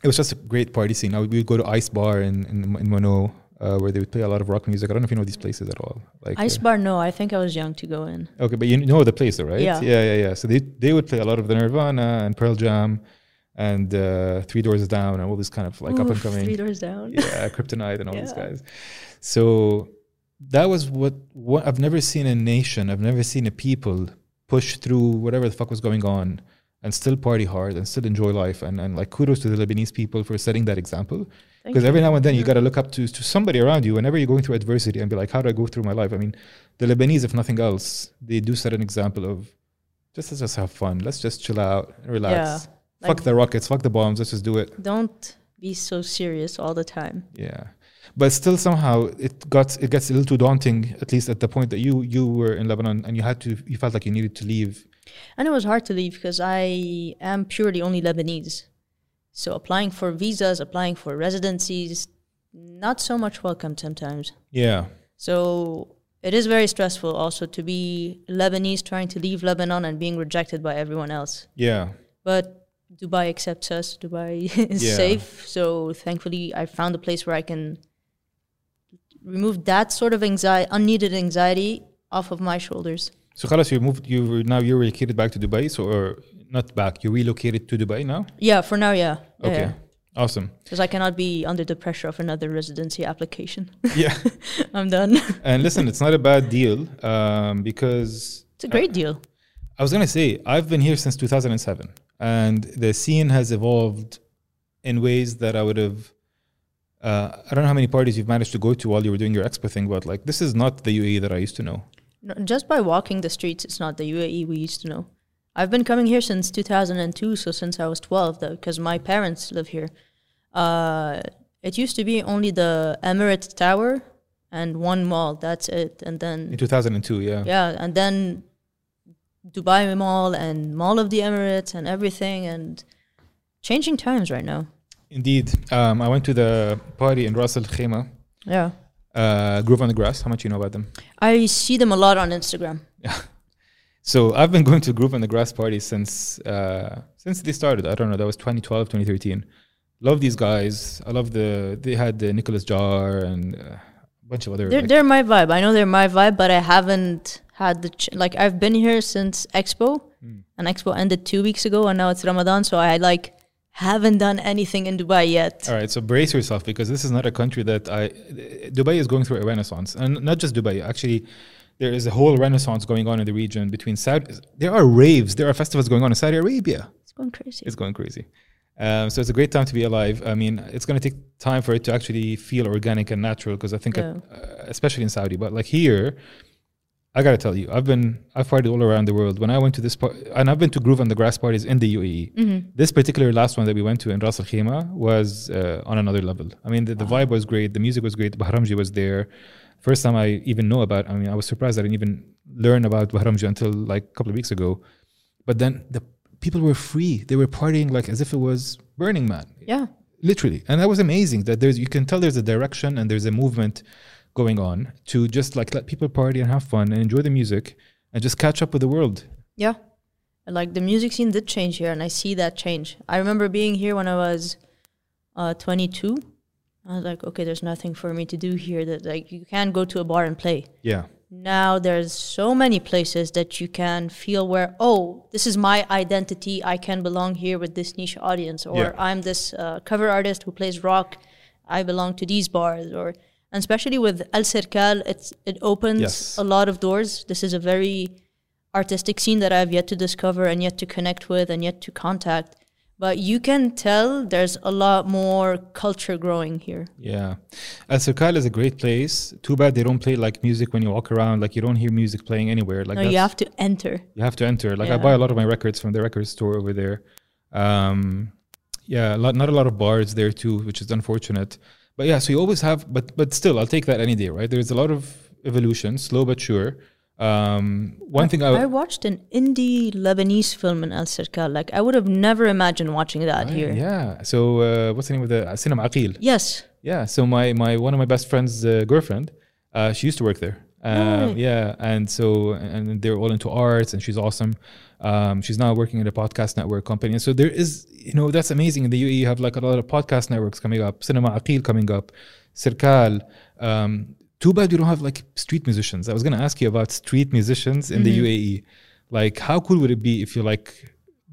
A: it was just a great party scene. I would, we would go to Ice Bar in in, in Mono, uh, where they would play a lot of rock music. I don't know if you know these places at all. Like
B: Ice
A: uh,
B: bar, no, I think I was young to go in.
A: Okay, but you know the place, though, right?
B: Yeah.
A: yeah, yeah. yeah. So they, they would play a lot of the Nirvana and Pearl Jam and uh, Three Doors Down and all this kind of like up and
B: Oof, Three
A: coming.
B: doors down.
A: Yeah, Kryptonite and all these
B: Yeah.
A: guys. So that was what, what I've never seen a nation, I've never seen a people push through whatever the fuck was going on and still party hard and still enjoy life. And, and like kudos to the Lebanese people for setting that example.
B: Thank
A: Because every now and then you got to look up to, to somebody around you whenever you're going through adversity and be like, how do I go through my life? I mean, the Lebanese, if nothing else, they do set an example of just let's just have fun. Let's just chill out, relax.
B: Yeah,
A: fuck
B: like-
A: the rockets, fuck the bombs. Let's just do it.
B: Don't be so serious all the time.
A: Yeah, but still somehow it got it gets a little too daunting. At least at the point that you you were in Lebanon and you had to you felt like you needed to leave.
B: And it was hard to leave because I am purely only Lebanese. So applying for visas, applying for residencies, not so much welcome sometimes.
A: Yeah,
B: So it is very stressful also to be Lebanese trying to leave Lebanon and being rejected by everyone else.
A: yeah,
B: But Dubai accepts us, Dubai is
A: Yeah.
B: safe. So thankfully, I found a place where I can remove that sort of anxiety, unneeded anxiety off of my shoulders.
A: So Khalas, you moved. You were- now you're relocated back to Dubai. So or not back. You relocated to Dubai now.
B: Yeah, for now, yeah.
A: Okay,
B: Yeah.
A: awesome.
B: Because I cannot be under the pressure of another residency application.
A: Yeah,
B: I'm done.
A: and listen, it's not a bad deal um, because
B: it's a great deal.
A: I was gonna say I've been here since 2007, and the scene has evolved in ways that I would have. Uh, I don't know how many parties you've managed to go to while you were doing your expo thing, but like this is not the UAE that I used to know.
B: No, just by walking the streets, it's not the UAE we used to know. I've been coming here since 2002, so since I was 12, though, because my parents live here. Uh, it used to be only the Emirates Tower and one mall. That's it. And
A: In
B: then
A: 2002, yeah.
B: yeah, and then Dubai Mall and Mall of the Emirates and everything. And changing times right now.
A: Indeed, um, I went to the party in Ras Al Khaimah,
B: Yeah,
A: uh, Groove on the Grass. How much you know about them?
B: I see them a lot on Instagram.
A: So I've been going to group and the grass parties since uh, since they started. I don't know. That was 2012, 2013. Love these guys. I love the they had the Nicholas Jar and uh, a bunch of other.
B: They're,
A: like-
B: they're my vibe. I know they're my vibe, but I haven't had the ch- like. I've been here since Expo, and Expo ended two weeks ago, and now it's Ramadan, so I like haven't done anything in Dubai yet.
A: All right, so brace yourself because this is not a country that I. Dubai is going through a renaissance, and not just Dubai. Actually, there is a whole renaissance going on in the region between Saudi. There are raves, there are festivals going on in Saudi Arabia.
B: It's going crazy.
A: It's going crazy. Um, so it's a great time to be alive. I mean, it's going to take time for it to actually feel organic and natural because I think,
B: Yeah.
A: uh, especially in Saudi, but like here, I gotta tell you, I've been I've partied all around the world. When I went to this part, and I've been to Groove and the Grass parties in the UAE. This particular last one that we went to in Ras Al Khaimah was uh, on another level. I mean, the, the vibe was great, the music was great. Bahramji was there. First time I even know about. I mean, I was surprised I didn't even learn about Bahramji until like a couple of weeks ago. But then the people were free. They were partying like as if it was Burning Man
B: yeah,
A: literally and that was amazing that there's you can tell there's a direction and there's a movement going on to just like let people party and have fun and enjoy the music and just catch up with the world
B: yeah. Like the music scene did change here, and I see that change. I remember being here when I was uh, 22. I was like, okay, there's nothing for me to do here. That like you can't go to a bar and play.
A: yeah
B: now there's so many places that you can feel where oh this is my identity i can belong here with this niche audience or
A: Yeah.
B: i'm this uh, cover artist who plays rock i belong to these bars or and especially with el cercal it's it opens
A: Yes.
B: a lot of doors this is a very artistic scene that i've yet to discover and yet to connect with and yet to contact but you can tell there's a lot more culture growing here
A: yeah al Sirkal is a great place too bad they don't play like music when you walk around like you don't hear music playing anywhere like
B: no,
A: that's-
B: you have to enter
A: you have to enter. Like I
B: Yeah.
A: buy a lot of my records from the record store over there. Um, yeah, a lot, not a lot of bars there too, which is unfortunate. But yeah, so you always have, but but still, I'll take that any day, right? There's a lot of evolution, slow but sure. Um, one thing
B: I
A: I
B: watched an indie Lebanese film in Al Sirkal. Like I would have never imagined watching that here.
A: yeah. So uh, what's the name of the uh, cinema Aqil?
B: Yes.
A: Yeah. So my my one of my best friend's uh, girlfriend, uh, she used to work there. Um,
B: Really?
A: Yeah, and so and they're all into arts, and she's awesome. Um, she's now working at a podcast network company, and so there is, you know, that's amazing. In the UAE, you have like a lot of podcast networks coming up, Cinema Aqil coming up, Sirkal. Um, too bad we don't have like street musicians. I was going to ask you about street musicians in the UAE. Like, how cool would it be if you like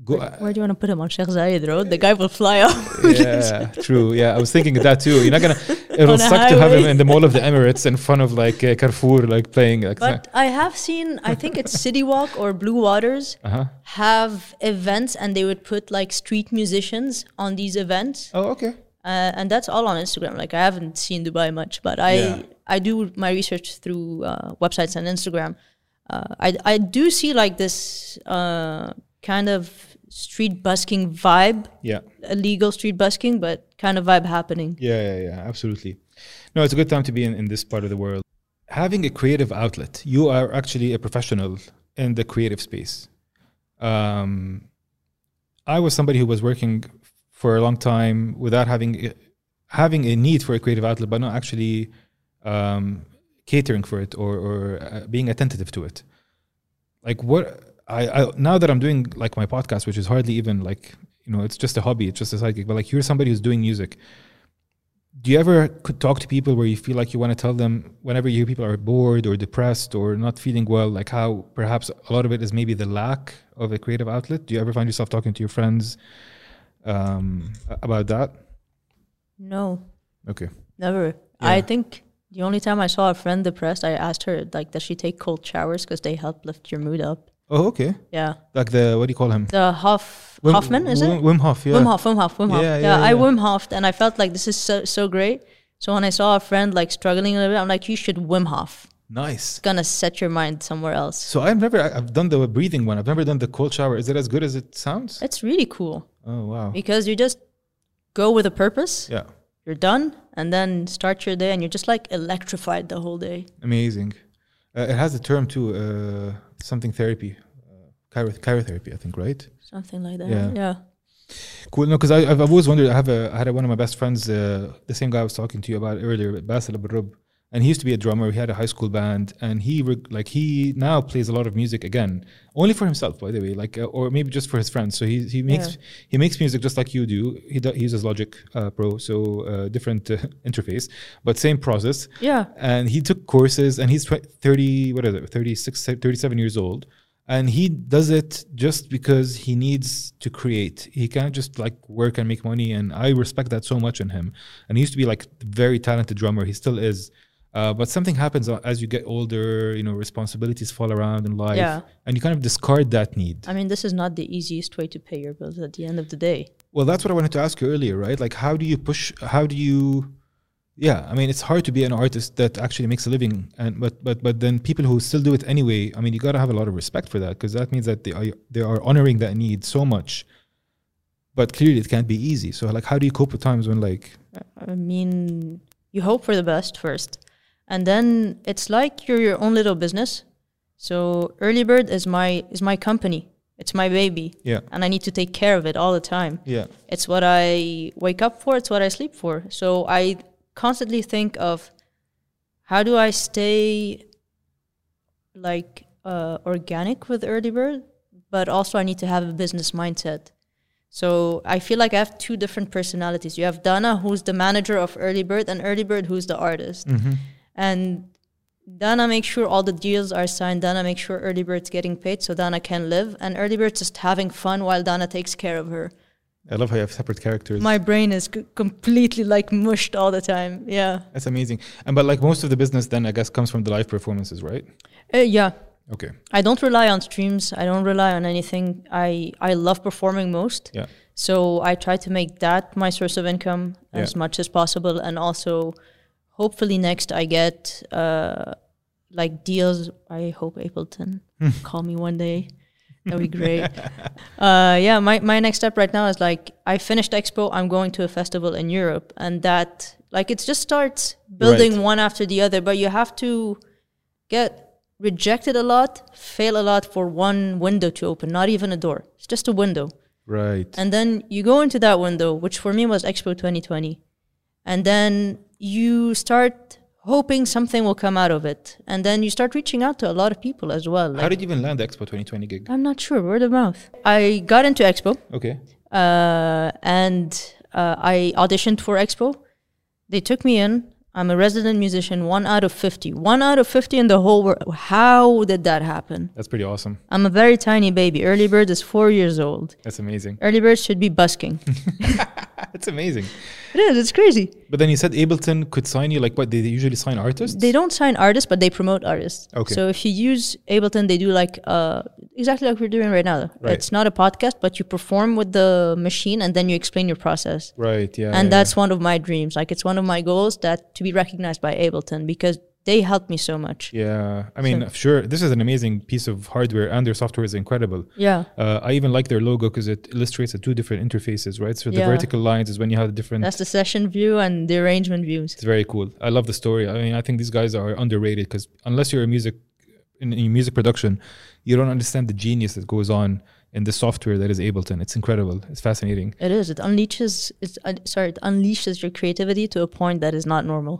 A: go?
B: Where do you want to put him on Sheikh Zayed Road? The guy will fly off.
A: yeah, true. Yeah, I was thinking of that too. You're not gonna.
B: On
A: It'll
B: a
A: suck to have him
B: highway.
A: in the Mall of the Emirates in front of like uh, Carrefour, like playing. Like,
B: But I have seen, I think it's City Walk or Blue Waters
A: uh-huh.
B: have events, and they would put like street musicians on these events,
A: Oh, okay.
B: uh, and that's all on Instagram. Like I haven't seen Dubai much, but I
A: Yeah.
B: I do my research through uh, websites and Instagram. Uh, I I do see like this uh, kind of street busking vibe
A: Yeah.
B: illegal street busking, but kind of vibe happening.
A: Yeah, yeah, yeah, absolutely. No, it's a good time to be in, in this part of the world. Having a creative outlet, you are actually a professional in the creative space. Um, I was somebody who was working for a long time without having a- having a need for a creative outlet, but not actually um, catering for it or, or uh, being attentive to it. Like what I, I now that I'm doing like my podcast, which is hardly even like you know, it's just a hobby, it's just a sidekick. But like you're somebody who's doing music do you ever could talk to people where you feel like you want to tell them whenever you hear people are bored or depressed or not feeling well like how perhaps a lot of it is maybe the lack of a creative outlet do you ever find yourself talking to your friends um, a- about that
B: No,
A: okay
B: never. I think the only time I saw a friend depressed, I asked her like, does she take cold showers because they help lift your mood up?
A: oh okay
B: Yeah,
A: like the what do you call him
B: the Hoff
A: Wim-
B: Hoffman is
A: Wim,
B: it?
A: Wim Hof yeah
B: Wim Hof, Wim Hof, Wim Hof.
A: Yeah,
B: Yeah,
A: yeah,
B: I
A: yeah.
B: Wim Hofed, and I felt like this is so so great. So when I saw a friend like struggling a little bit, I'm like, you should Wim Hof.
A: nice
B: It's gonna set your mind somewhere else.
A: so I've never I- I've done the breathing one I've never done the cold shower is it as good as it sounds
B: It's really cool
A: oh wow
B: because you just go with a purpose.
A: yeah
B: You're done, and then start your day, and you're just like electrified the whole day.
A: amazing uh, it has a term too uh, something therapy uh, chiro- chirotherapy I think right
B: Something like that.
A: Yeah.
B: Yeah.
A: Cool. No, because I've I've always wondered. I have a I had a, one of my best friends, uh, the same guy I was talking to you about earlier, Basil Abrub. and he used to be a drummer. He had a high school band, and he re- like he now plays a lot of music again, only for himself, by the way, like uh, or maybe just for his friends. So he he makes he makes music just like you do. He, do, he uses Logic uh, Pro, so uh, different uh, interface, but same process.
B: Yeah.
A: And he took courses, and he's tw- thirty what is it, 36, 37 years old, and he does it just because he needs to create. He can't just like work and make money, and I respect that so much in him. And he used to be like a very talented drummer. He still is. Uh, but something happens uh, as you get older, you know, responsibilities fall around in life,
B: Yeah.
A: and you kind of discard that need.
B: I mean, this is not the easiest way to pay your bills at the end of the day.
A: Well, that's what I wanted to ask you earlier, right? Like, how do you push? How do you? Yeah, I mean, it's hard to be an artist that actually makes a living, and but but but then people who still do it anyway. I mean, you got to have a lot of respect for that because that means that they are they are honoring that need so much. But clearly, it can't be easy. So, like, how do you cope with times when like
B: I mean, you hope for the best first, and then it's like you're your own little business. So Early Bird is my is my company. It's my baby,
A: yeah
B: and I need to take care of it all the time.
A: yeah
B: It's what I wake up for. It's what I sleep for. So I constantly think of how do I stay like uh, organic with early bird, but also I need to have a business mindset. So I feel like I have two different personalities. You have Dana, who's the manager of early bird, and early bird, who's the artist. And Dana makes sure all the deals are signed. Dana makes sure early bird's getting paid, so Dana can live, and early bird's just having fun while Dana takes care of her.
A: I love how you have separate characters.
B: My brain is c- completely like mushed all the time. Yeah.
A: That's amazing. And but like most of the business then I guess comes from the live performances, right?
B: Uh, yeah.
A: Okay.
B: I don't rely on streams. I don't rely on anything. I I love performing most.
A: Yeah.
B: So I try to make that my source of income
A: Yeah.
B: as much as possible and also hopefully next I get uh like deals. I hope Ableton
A: Hmm.
B: call me one day. That'd be great. uh, yeah, my, my next step right now is like I finished Expo. I'm going to a festival in Europe, and that like it just starts building
A: Right.
B: one after the other. But you have to get rejected a lot, fail a lot for one window to open. Not even a door. It's just a window,
A: Right.
B: and then you go into that window, which for me was Expo 2020, and then you start hoping something will come out of it, and then you start reaching out to a lot of people as well.
A: How did you even land the Expo 2020 gig?
B: I'm not sure. Word of mouth. I got into Expo
A: Okay.
B: uh, and uh, I auditioned for Expo. They took me in. I'm a resident musician, one out of 50. One out of 50 in the whole world. How did that happen?
A: That's pretty awesome.
B: I'm a very tiny baby. Early Bird is four years old.
A: That's amazing.
B: Early Bird should be busking.
A: That's amazing.
B: it is. It's crazy.
A: But then you said Ableton could sign you like what they usually sign artists?
B: They don't sign artists, but they promote artists.
A: Okay.
B: So if you use Ableton, they do like uh, exactly like we're doing right now.
A: Right.
B: It's not a podcast, but you perform with the machine and then you explain your process.
A: right, yeah.
B: and
A: Ah, yeah,
B: that's one of my dreams like it's one of my goals that to be recognized by ableton because they helped me so much
A: yeah. yeah. I mean, sure, this is an amazing piece of hardware and their software is incredible.
B: yeah
A: Uh, I even like their logo because it illustrates the two different interfaces, right? So the
B: Yeah.
A: vertical lines is when you have the different
B: that's the session view and the arrangement views
A: It's very cool. I love the story. I mean, I think these guys are underrated because unless you're a music in, in music production, you don't understand the genius that goes on in the software that is Ableton. It's incredible. It's fascinating.
B: it is it unleashes it's uh, sorry it unleashes your creativity to a point that is not normal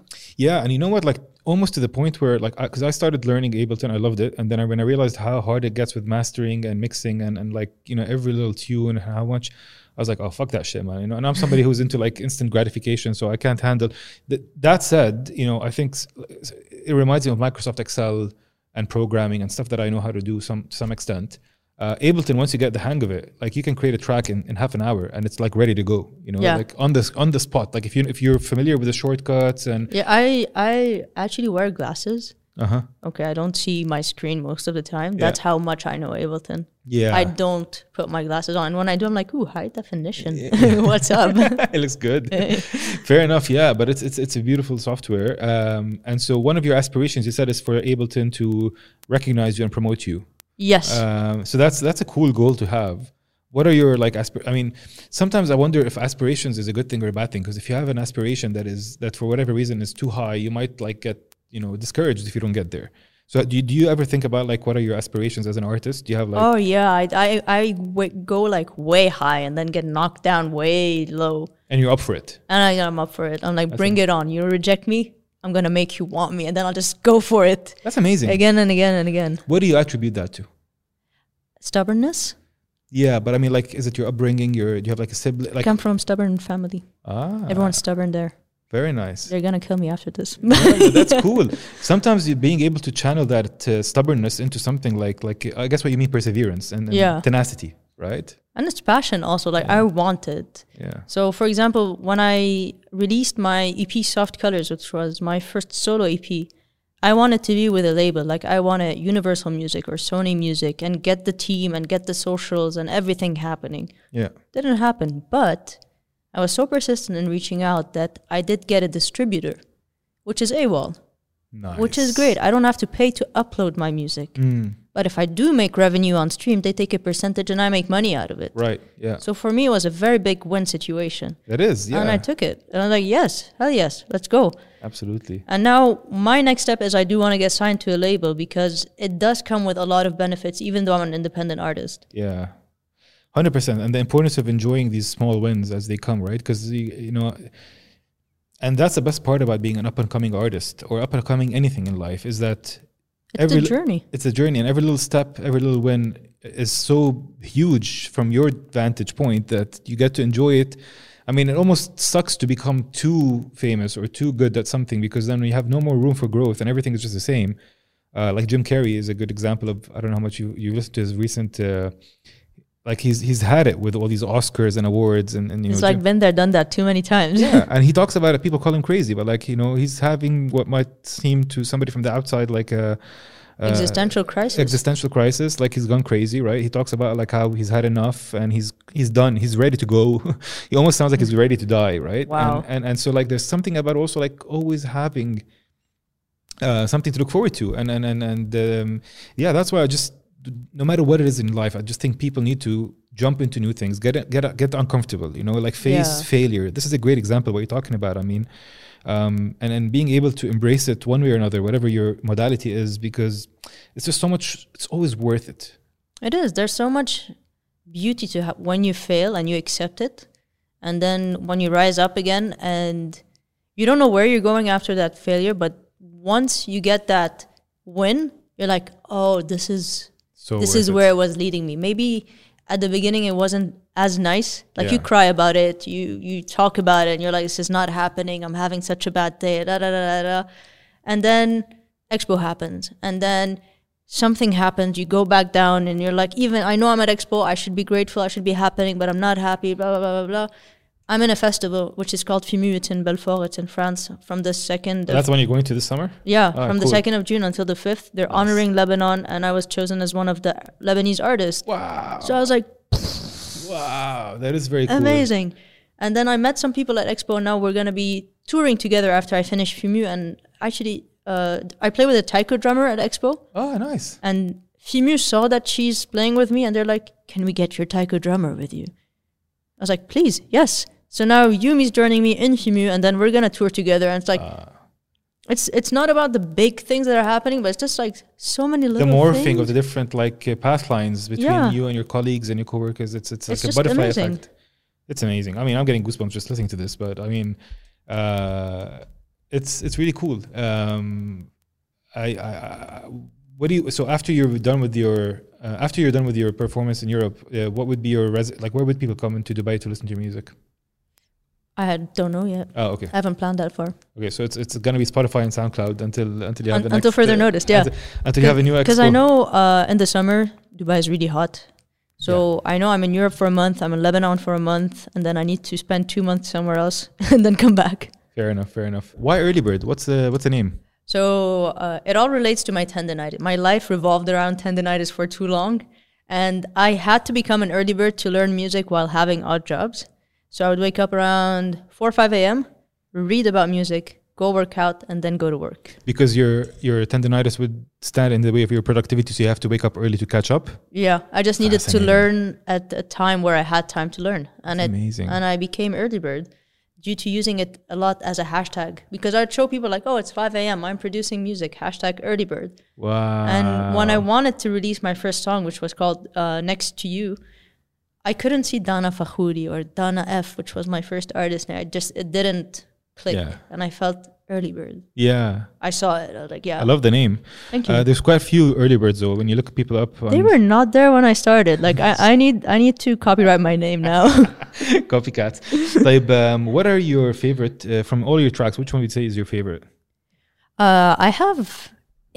A: Yeah, and you know what? Like almost to the point where, like, because I, started learning Ableton, I loved it, and then I, when I realized how hard it gets with mastering and mixing and and like you know every little tune and how much. I was like, oh fuck that shit, man. You know, and I'm somebody who's into like instant gratification, so I can't handle. Th- that said, you know, I think s- it reminds me of Microsoft Excel and programming and stuff that I know how to do some to some extent. Uh, Ableton, once you get the hang of it, like you can create a track in, in half an hour and it's like ready to go. You know,
B: Yeah.
A: like on this on the spot. Like if you if you're familiar with the shortcuts and
B: yeah i i actually wear glasses
A: uh huh.
B: okay i don't see my screen most of the time that's how much i know ableton
A: Yeah.
B: I don't put my glasses on. When I do, I'm like, ooh, high definition. What's up?
A: it looks good. Fair enough. Yeah, but it's it's it's a beautiful software. Um, and so one of your aspirations, you said, is for Ableton to recognize you and promote you.
B: yes.
A: Um, so that's that's a cool goal to have. What are your like aspir? I mean, sometimes I wonder if aspirations is a good thing or a bad thing. Because if you have an aspiration that is that for whatever reason is too high, you might like get you know discouraged if you don't get there. So do you, do you ever think about like what are your aspirations as an artist? Do you have like
B: Oh yeah, I I, I w- go like way high and then get knocked down way low,
A: and you're up for it?
B: and I, I'm up for it. I'm like, bring it on. You reject me, I'm gonna make you want me, and then I'll just go for it
A: That's amazing.
B: again and again and again.
A: What do you attribute that to?
B: Stubbornness.
A: Yeah, but I mean, like, is it your upbringing? Your do you have like a sibling? Like,
B: Come from stubborn family.
A: ah,
B: Everyone's stubborn there.
A: very nice.
B: They're gonna kill me after this.
A: No, no, that's cool. Sometimes you being able to channel that uh, stubbornness into something like, like I guess what you mean, perseverance and, and
B: Yeah.
A: tenacity, right?
B: and it's passion also. Like I want it.
A: Yeah.
B: So, for example, when I released my EP Soft Colors, which was my first solo EP, I wanted to be with a label. Like, I wanted Universal Music or Sony Music and get the team and get the socials and everything happening.
A: Yeah.
B: Didn't happen, but I was so persistent in reaching out that I did get a distributor, which is AWOL,
A: Nice. Mm. Hmm,
B: which is great. I don't have to pay to upload my music. But if I do make revenue on stream, they take a percentage and I make money out of it.
A: Right. Yeah.
B: So, for me, it was a very big win situation
A: That is. Yeah.
B: and I took it. And I'm like, yes, hell yes, let's go.
A: Absolutely.
B: And now my next step is I do want to get signed to a label because it does come with a lot of benefits, even though I'm an independent artist.
A: Yeah. 100% and the importance of enjoying these small wins as they come right because you, you know and that's the best part about being an up and coming artist or up and coming anything in life is that
B: It's the journey.
A: it's a journey and every little step every little win is so huge from your vantage point that you get to enjoy it i mean it almost sucks to become too famous or too good at something because then you have no more room for growth and everything is just the same uh, like jim carrey is a good example of i don't know how much you, you listened to his recent uh, like he's he's had it with all these oscars and awards and, and you
B: It's
A: know
B: like
A: Jim-
B: been there, done that too many times.
A: yeah, and he talks about it. People call him crazy, but like you know, he's having what might seem to somebody from the outside like a, a Uh,
B: Existential crisis.
A: existential crisis. Like he's gone crazy, right? He talks about like how he's had enough and he's he's done. He's ready to go. he almost sounds like he's ready to die, right?
B: Wow.
A: And, and and so like there's something about also like always having uh, something to look forward to, and and and and um, yeah, that's why I just no matter what it is in life, I just think people need to jump into new things, get get get uncomfortable, you know, like face
B: Yeah.
A: failure. This is a great example of what you're talking about. I mean, um, and and being able to embrace it one way or another, whatever your modality is, because it's just so much. It's always worth it.
B: It is. There's so much beauty to ha- when you fail and you accept it, and then when you rise up again, and you don't know where you're going after that failure, but once you get that win, you're like, oh, this is
A: So
B: this
A: worth
B: is
A: it.
B: where it was leading me. Maybe at the beginning it wasn't as nice. Like you
A: Yeah.
B: cry about it, you you talk about it, and you're like, "This is not happening. I'm having such a bad day." Da da da da. da. And then Expo happens, and then something happens. You go back down, and you're like, "Even I know I'm at Expo. I should be grateful. I should be happening, but I'm not happy." Blah blah blah blah. blah. I'm in a festival which is called Fimut in Belfort. It's in France from the second. of
A: That's the one you're going to this summer.
B: yeah,
A: Ah,
B: from the
A: cool.
B: 2nd of June until the 5th. They're honoring Lebanon, and I was chosen as one of the Lebanese artists.
A: Wow!
B: So I was like,
A: Wow! That is very cool.
B: amazing. And then I met some people at Expo, and now we're going to be touring together after I finish Fimu. And actually, uh, I play with a taiko drummer at Expo,
A: Oh, nice.
B: and Fimu saw that she's playing with me, and they're like, can we get your taiko drummer with you? I was like, please, yes. So now Yumi's joining me in Fimu, and then we're going to tour together. And it's like,
A: Ah.
B: it's it's not about the big things that are happening, but it's just like so many
A: the
B: little
A: morphing
B: things.
A: of the different like uh, path lines between
B: Yeah.
A: you and your colleagues and your coworkers. It's it's like
B: It's
A: a
B: just
A: butterfly
B: amazing.
A: effect. It's amazing. I mean, I'm getting goosebumps just listening to this, but I mean, uh, it's it's really cool. Um, I, I, I what do you so after you're done with your uh, after you're done with your performance in Europe, uh, what would be your res- like? Where would people come into Dubai to listen to your music?
B: I had- don't know yet.
A: Oh, okay.
B: I haven't planned that far.
A: Okay, so it's it's gonna be Spotify and SoundCloud until until you have
B: Un-
A: the
B: until
A: next, uh,
B: further notice, yeah.
A: Until, until you have a new
B: Because I
A: expo.
B: know uh, in the summer Dubai is really hot, so I know I'm in Europe for a month, I'm in Lebanon for a month, and then I need to spend two months somewhere else and then come back.
A: Fair enough, fair enough. Why early bird? What's the what's the name?
B: So uh, it all relates to my tendonitis. My life revolved around tendonitis for too long, and I had to become an early bird to learn music while having odd jobs. So I would wake up around four or five a.m., read about music, go work out, and then go to work.
A: because your your tendonitis would stand in the way of your productivity, so you have to wake up early to catch up.
B: Yeah, I just needed to
A: Fascinating.
B: learn at a time where I had time to learn, and it,
A: amazing.
B: and I became early bird due to using it a lot as a hashtag because I'd show people like, "Oh, it's five a.m. I'm producing music." Hashtag early bird.
A: Wow!
B: And when I wanted to release my first song, which was called uh, "Next to You," I couldn't see Dana Fakhuri or Dana F, which was my first artist, and I just it didn't click,
A: Yeah.
B: and I felt Early Bird.
A: Yeah,
B: I saw it. I was like, yeah,
A: I love the name.
B: Oh. thank you.
A: Uh, there's quite a few early birds though. When you look people up, on
B: they were not there when I started. Like, I, I need I need to copyright my name now.
A: copycats. Type, um, what are your favorite uh, from all your tracks? Which one would you say is your favorite?
B: Uh, I have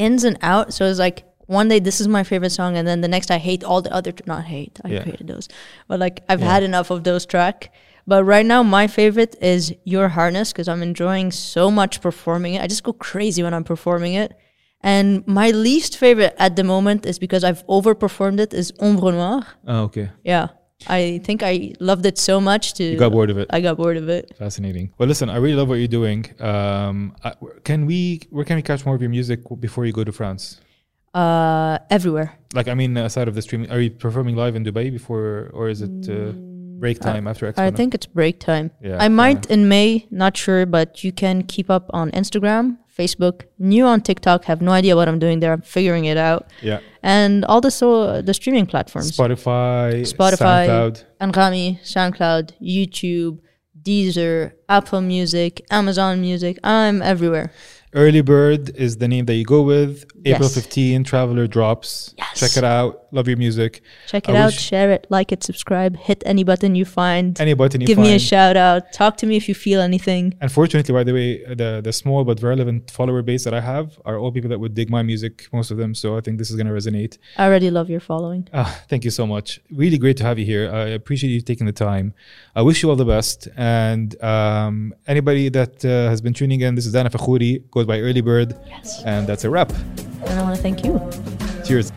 B: ins and out. So it's like one day this is my favorite song, and then the next I hate all the other. Tr- not hate. I
A: Yeah.
B: created those, but like I've had enough of those track. But right now, my favorite is Your Harness because I'm enjoying so much performing it. I just go crazy when I'm performing it. And my least favorite at the moment is because I've overperformed it is Ombre Noir.
A: Oh, okay.
B: Yeah, I think I loved it so much to
A: You got bored of it.
B: I got bored of it.
A: Fascinating. Well, listen, I really love what you're doing. Um, I, can we? Where can we catch more of your music before you go to France?
B: Uh, everywhere.
A: Like, I mean, aside of the streaming, are you performing live in Dubai before, or is it uh, break time after Expo?
B: Mm, I
A: now?
B: think it's break time.
A: Yeah,
B: I might in May, not sure, but you can keep up on Instagram, Facebook, new on TikTok. Have no idea what I'm doing there. I'm figuring it out,
A: Yeah.
B: and all the so the streaming platforms:
A: Spotify,
B: Spotify,
A: SoundCloud.
B: Angrami, SoundCloud, YouTube, Deezer, Apple Music, Amazon Music. I'm everywhere.
A: Early Bird is the name that you go with. April
B: Yes.
A: 15, Traveler drops.
B: Yes.
A: Check it out. Love your music.
B: Check
A: I
B: it out,
A: wish-
B: share it, like it, subscribe, hit any button you find.
A: Any button you
B: Give
A: find.
B: me a shout out. Talk to me if you feel anything.
A: Unfortunately, by the way, the the small but relevant follower base that I have are all people that would dig my music, most of them. So I think this is going to resonate.
B: I already love your following.
A: Ah, thank you so much. Really great to have you here. I appreciate you taking the time. I wish you all the best. And um, anybody that uh, has been tuning in, this is Dana Fakhouri, goes by Early Bird.
B: Yes.
A: And that's a wrap.
B: And I want to thank you.
A: Cheers.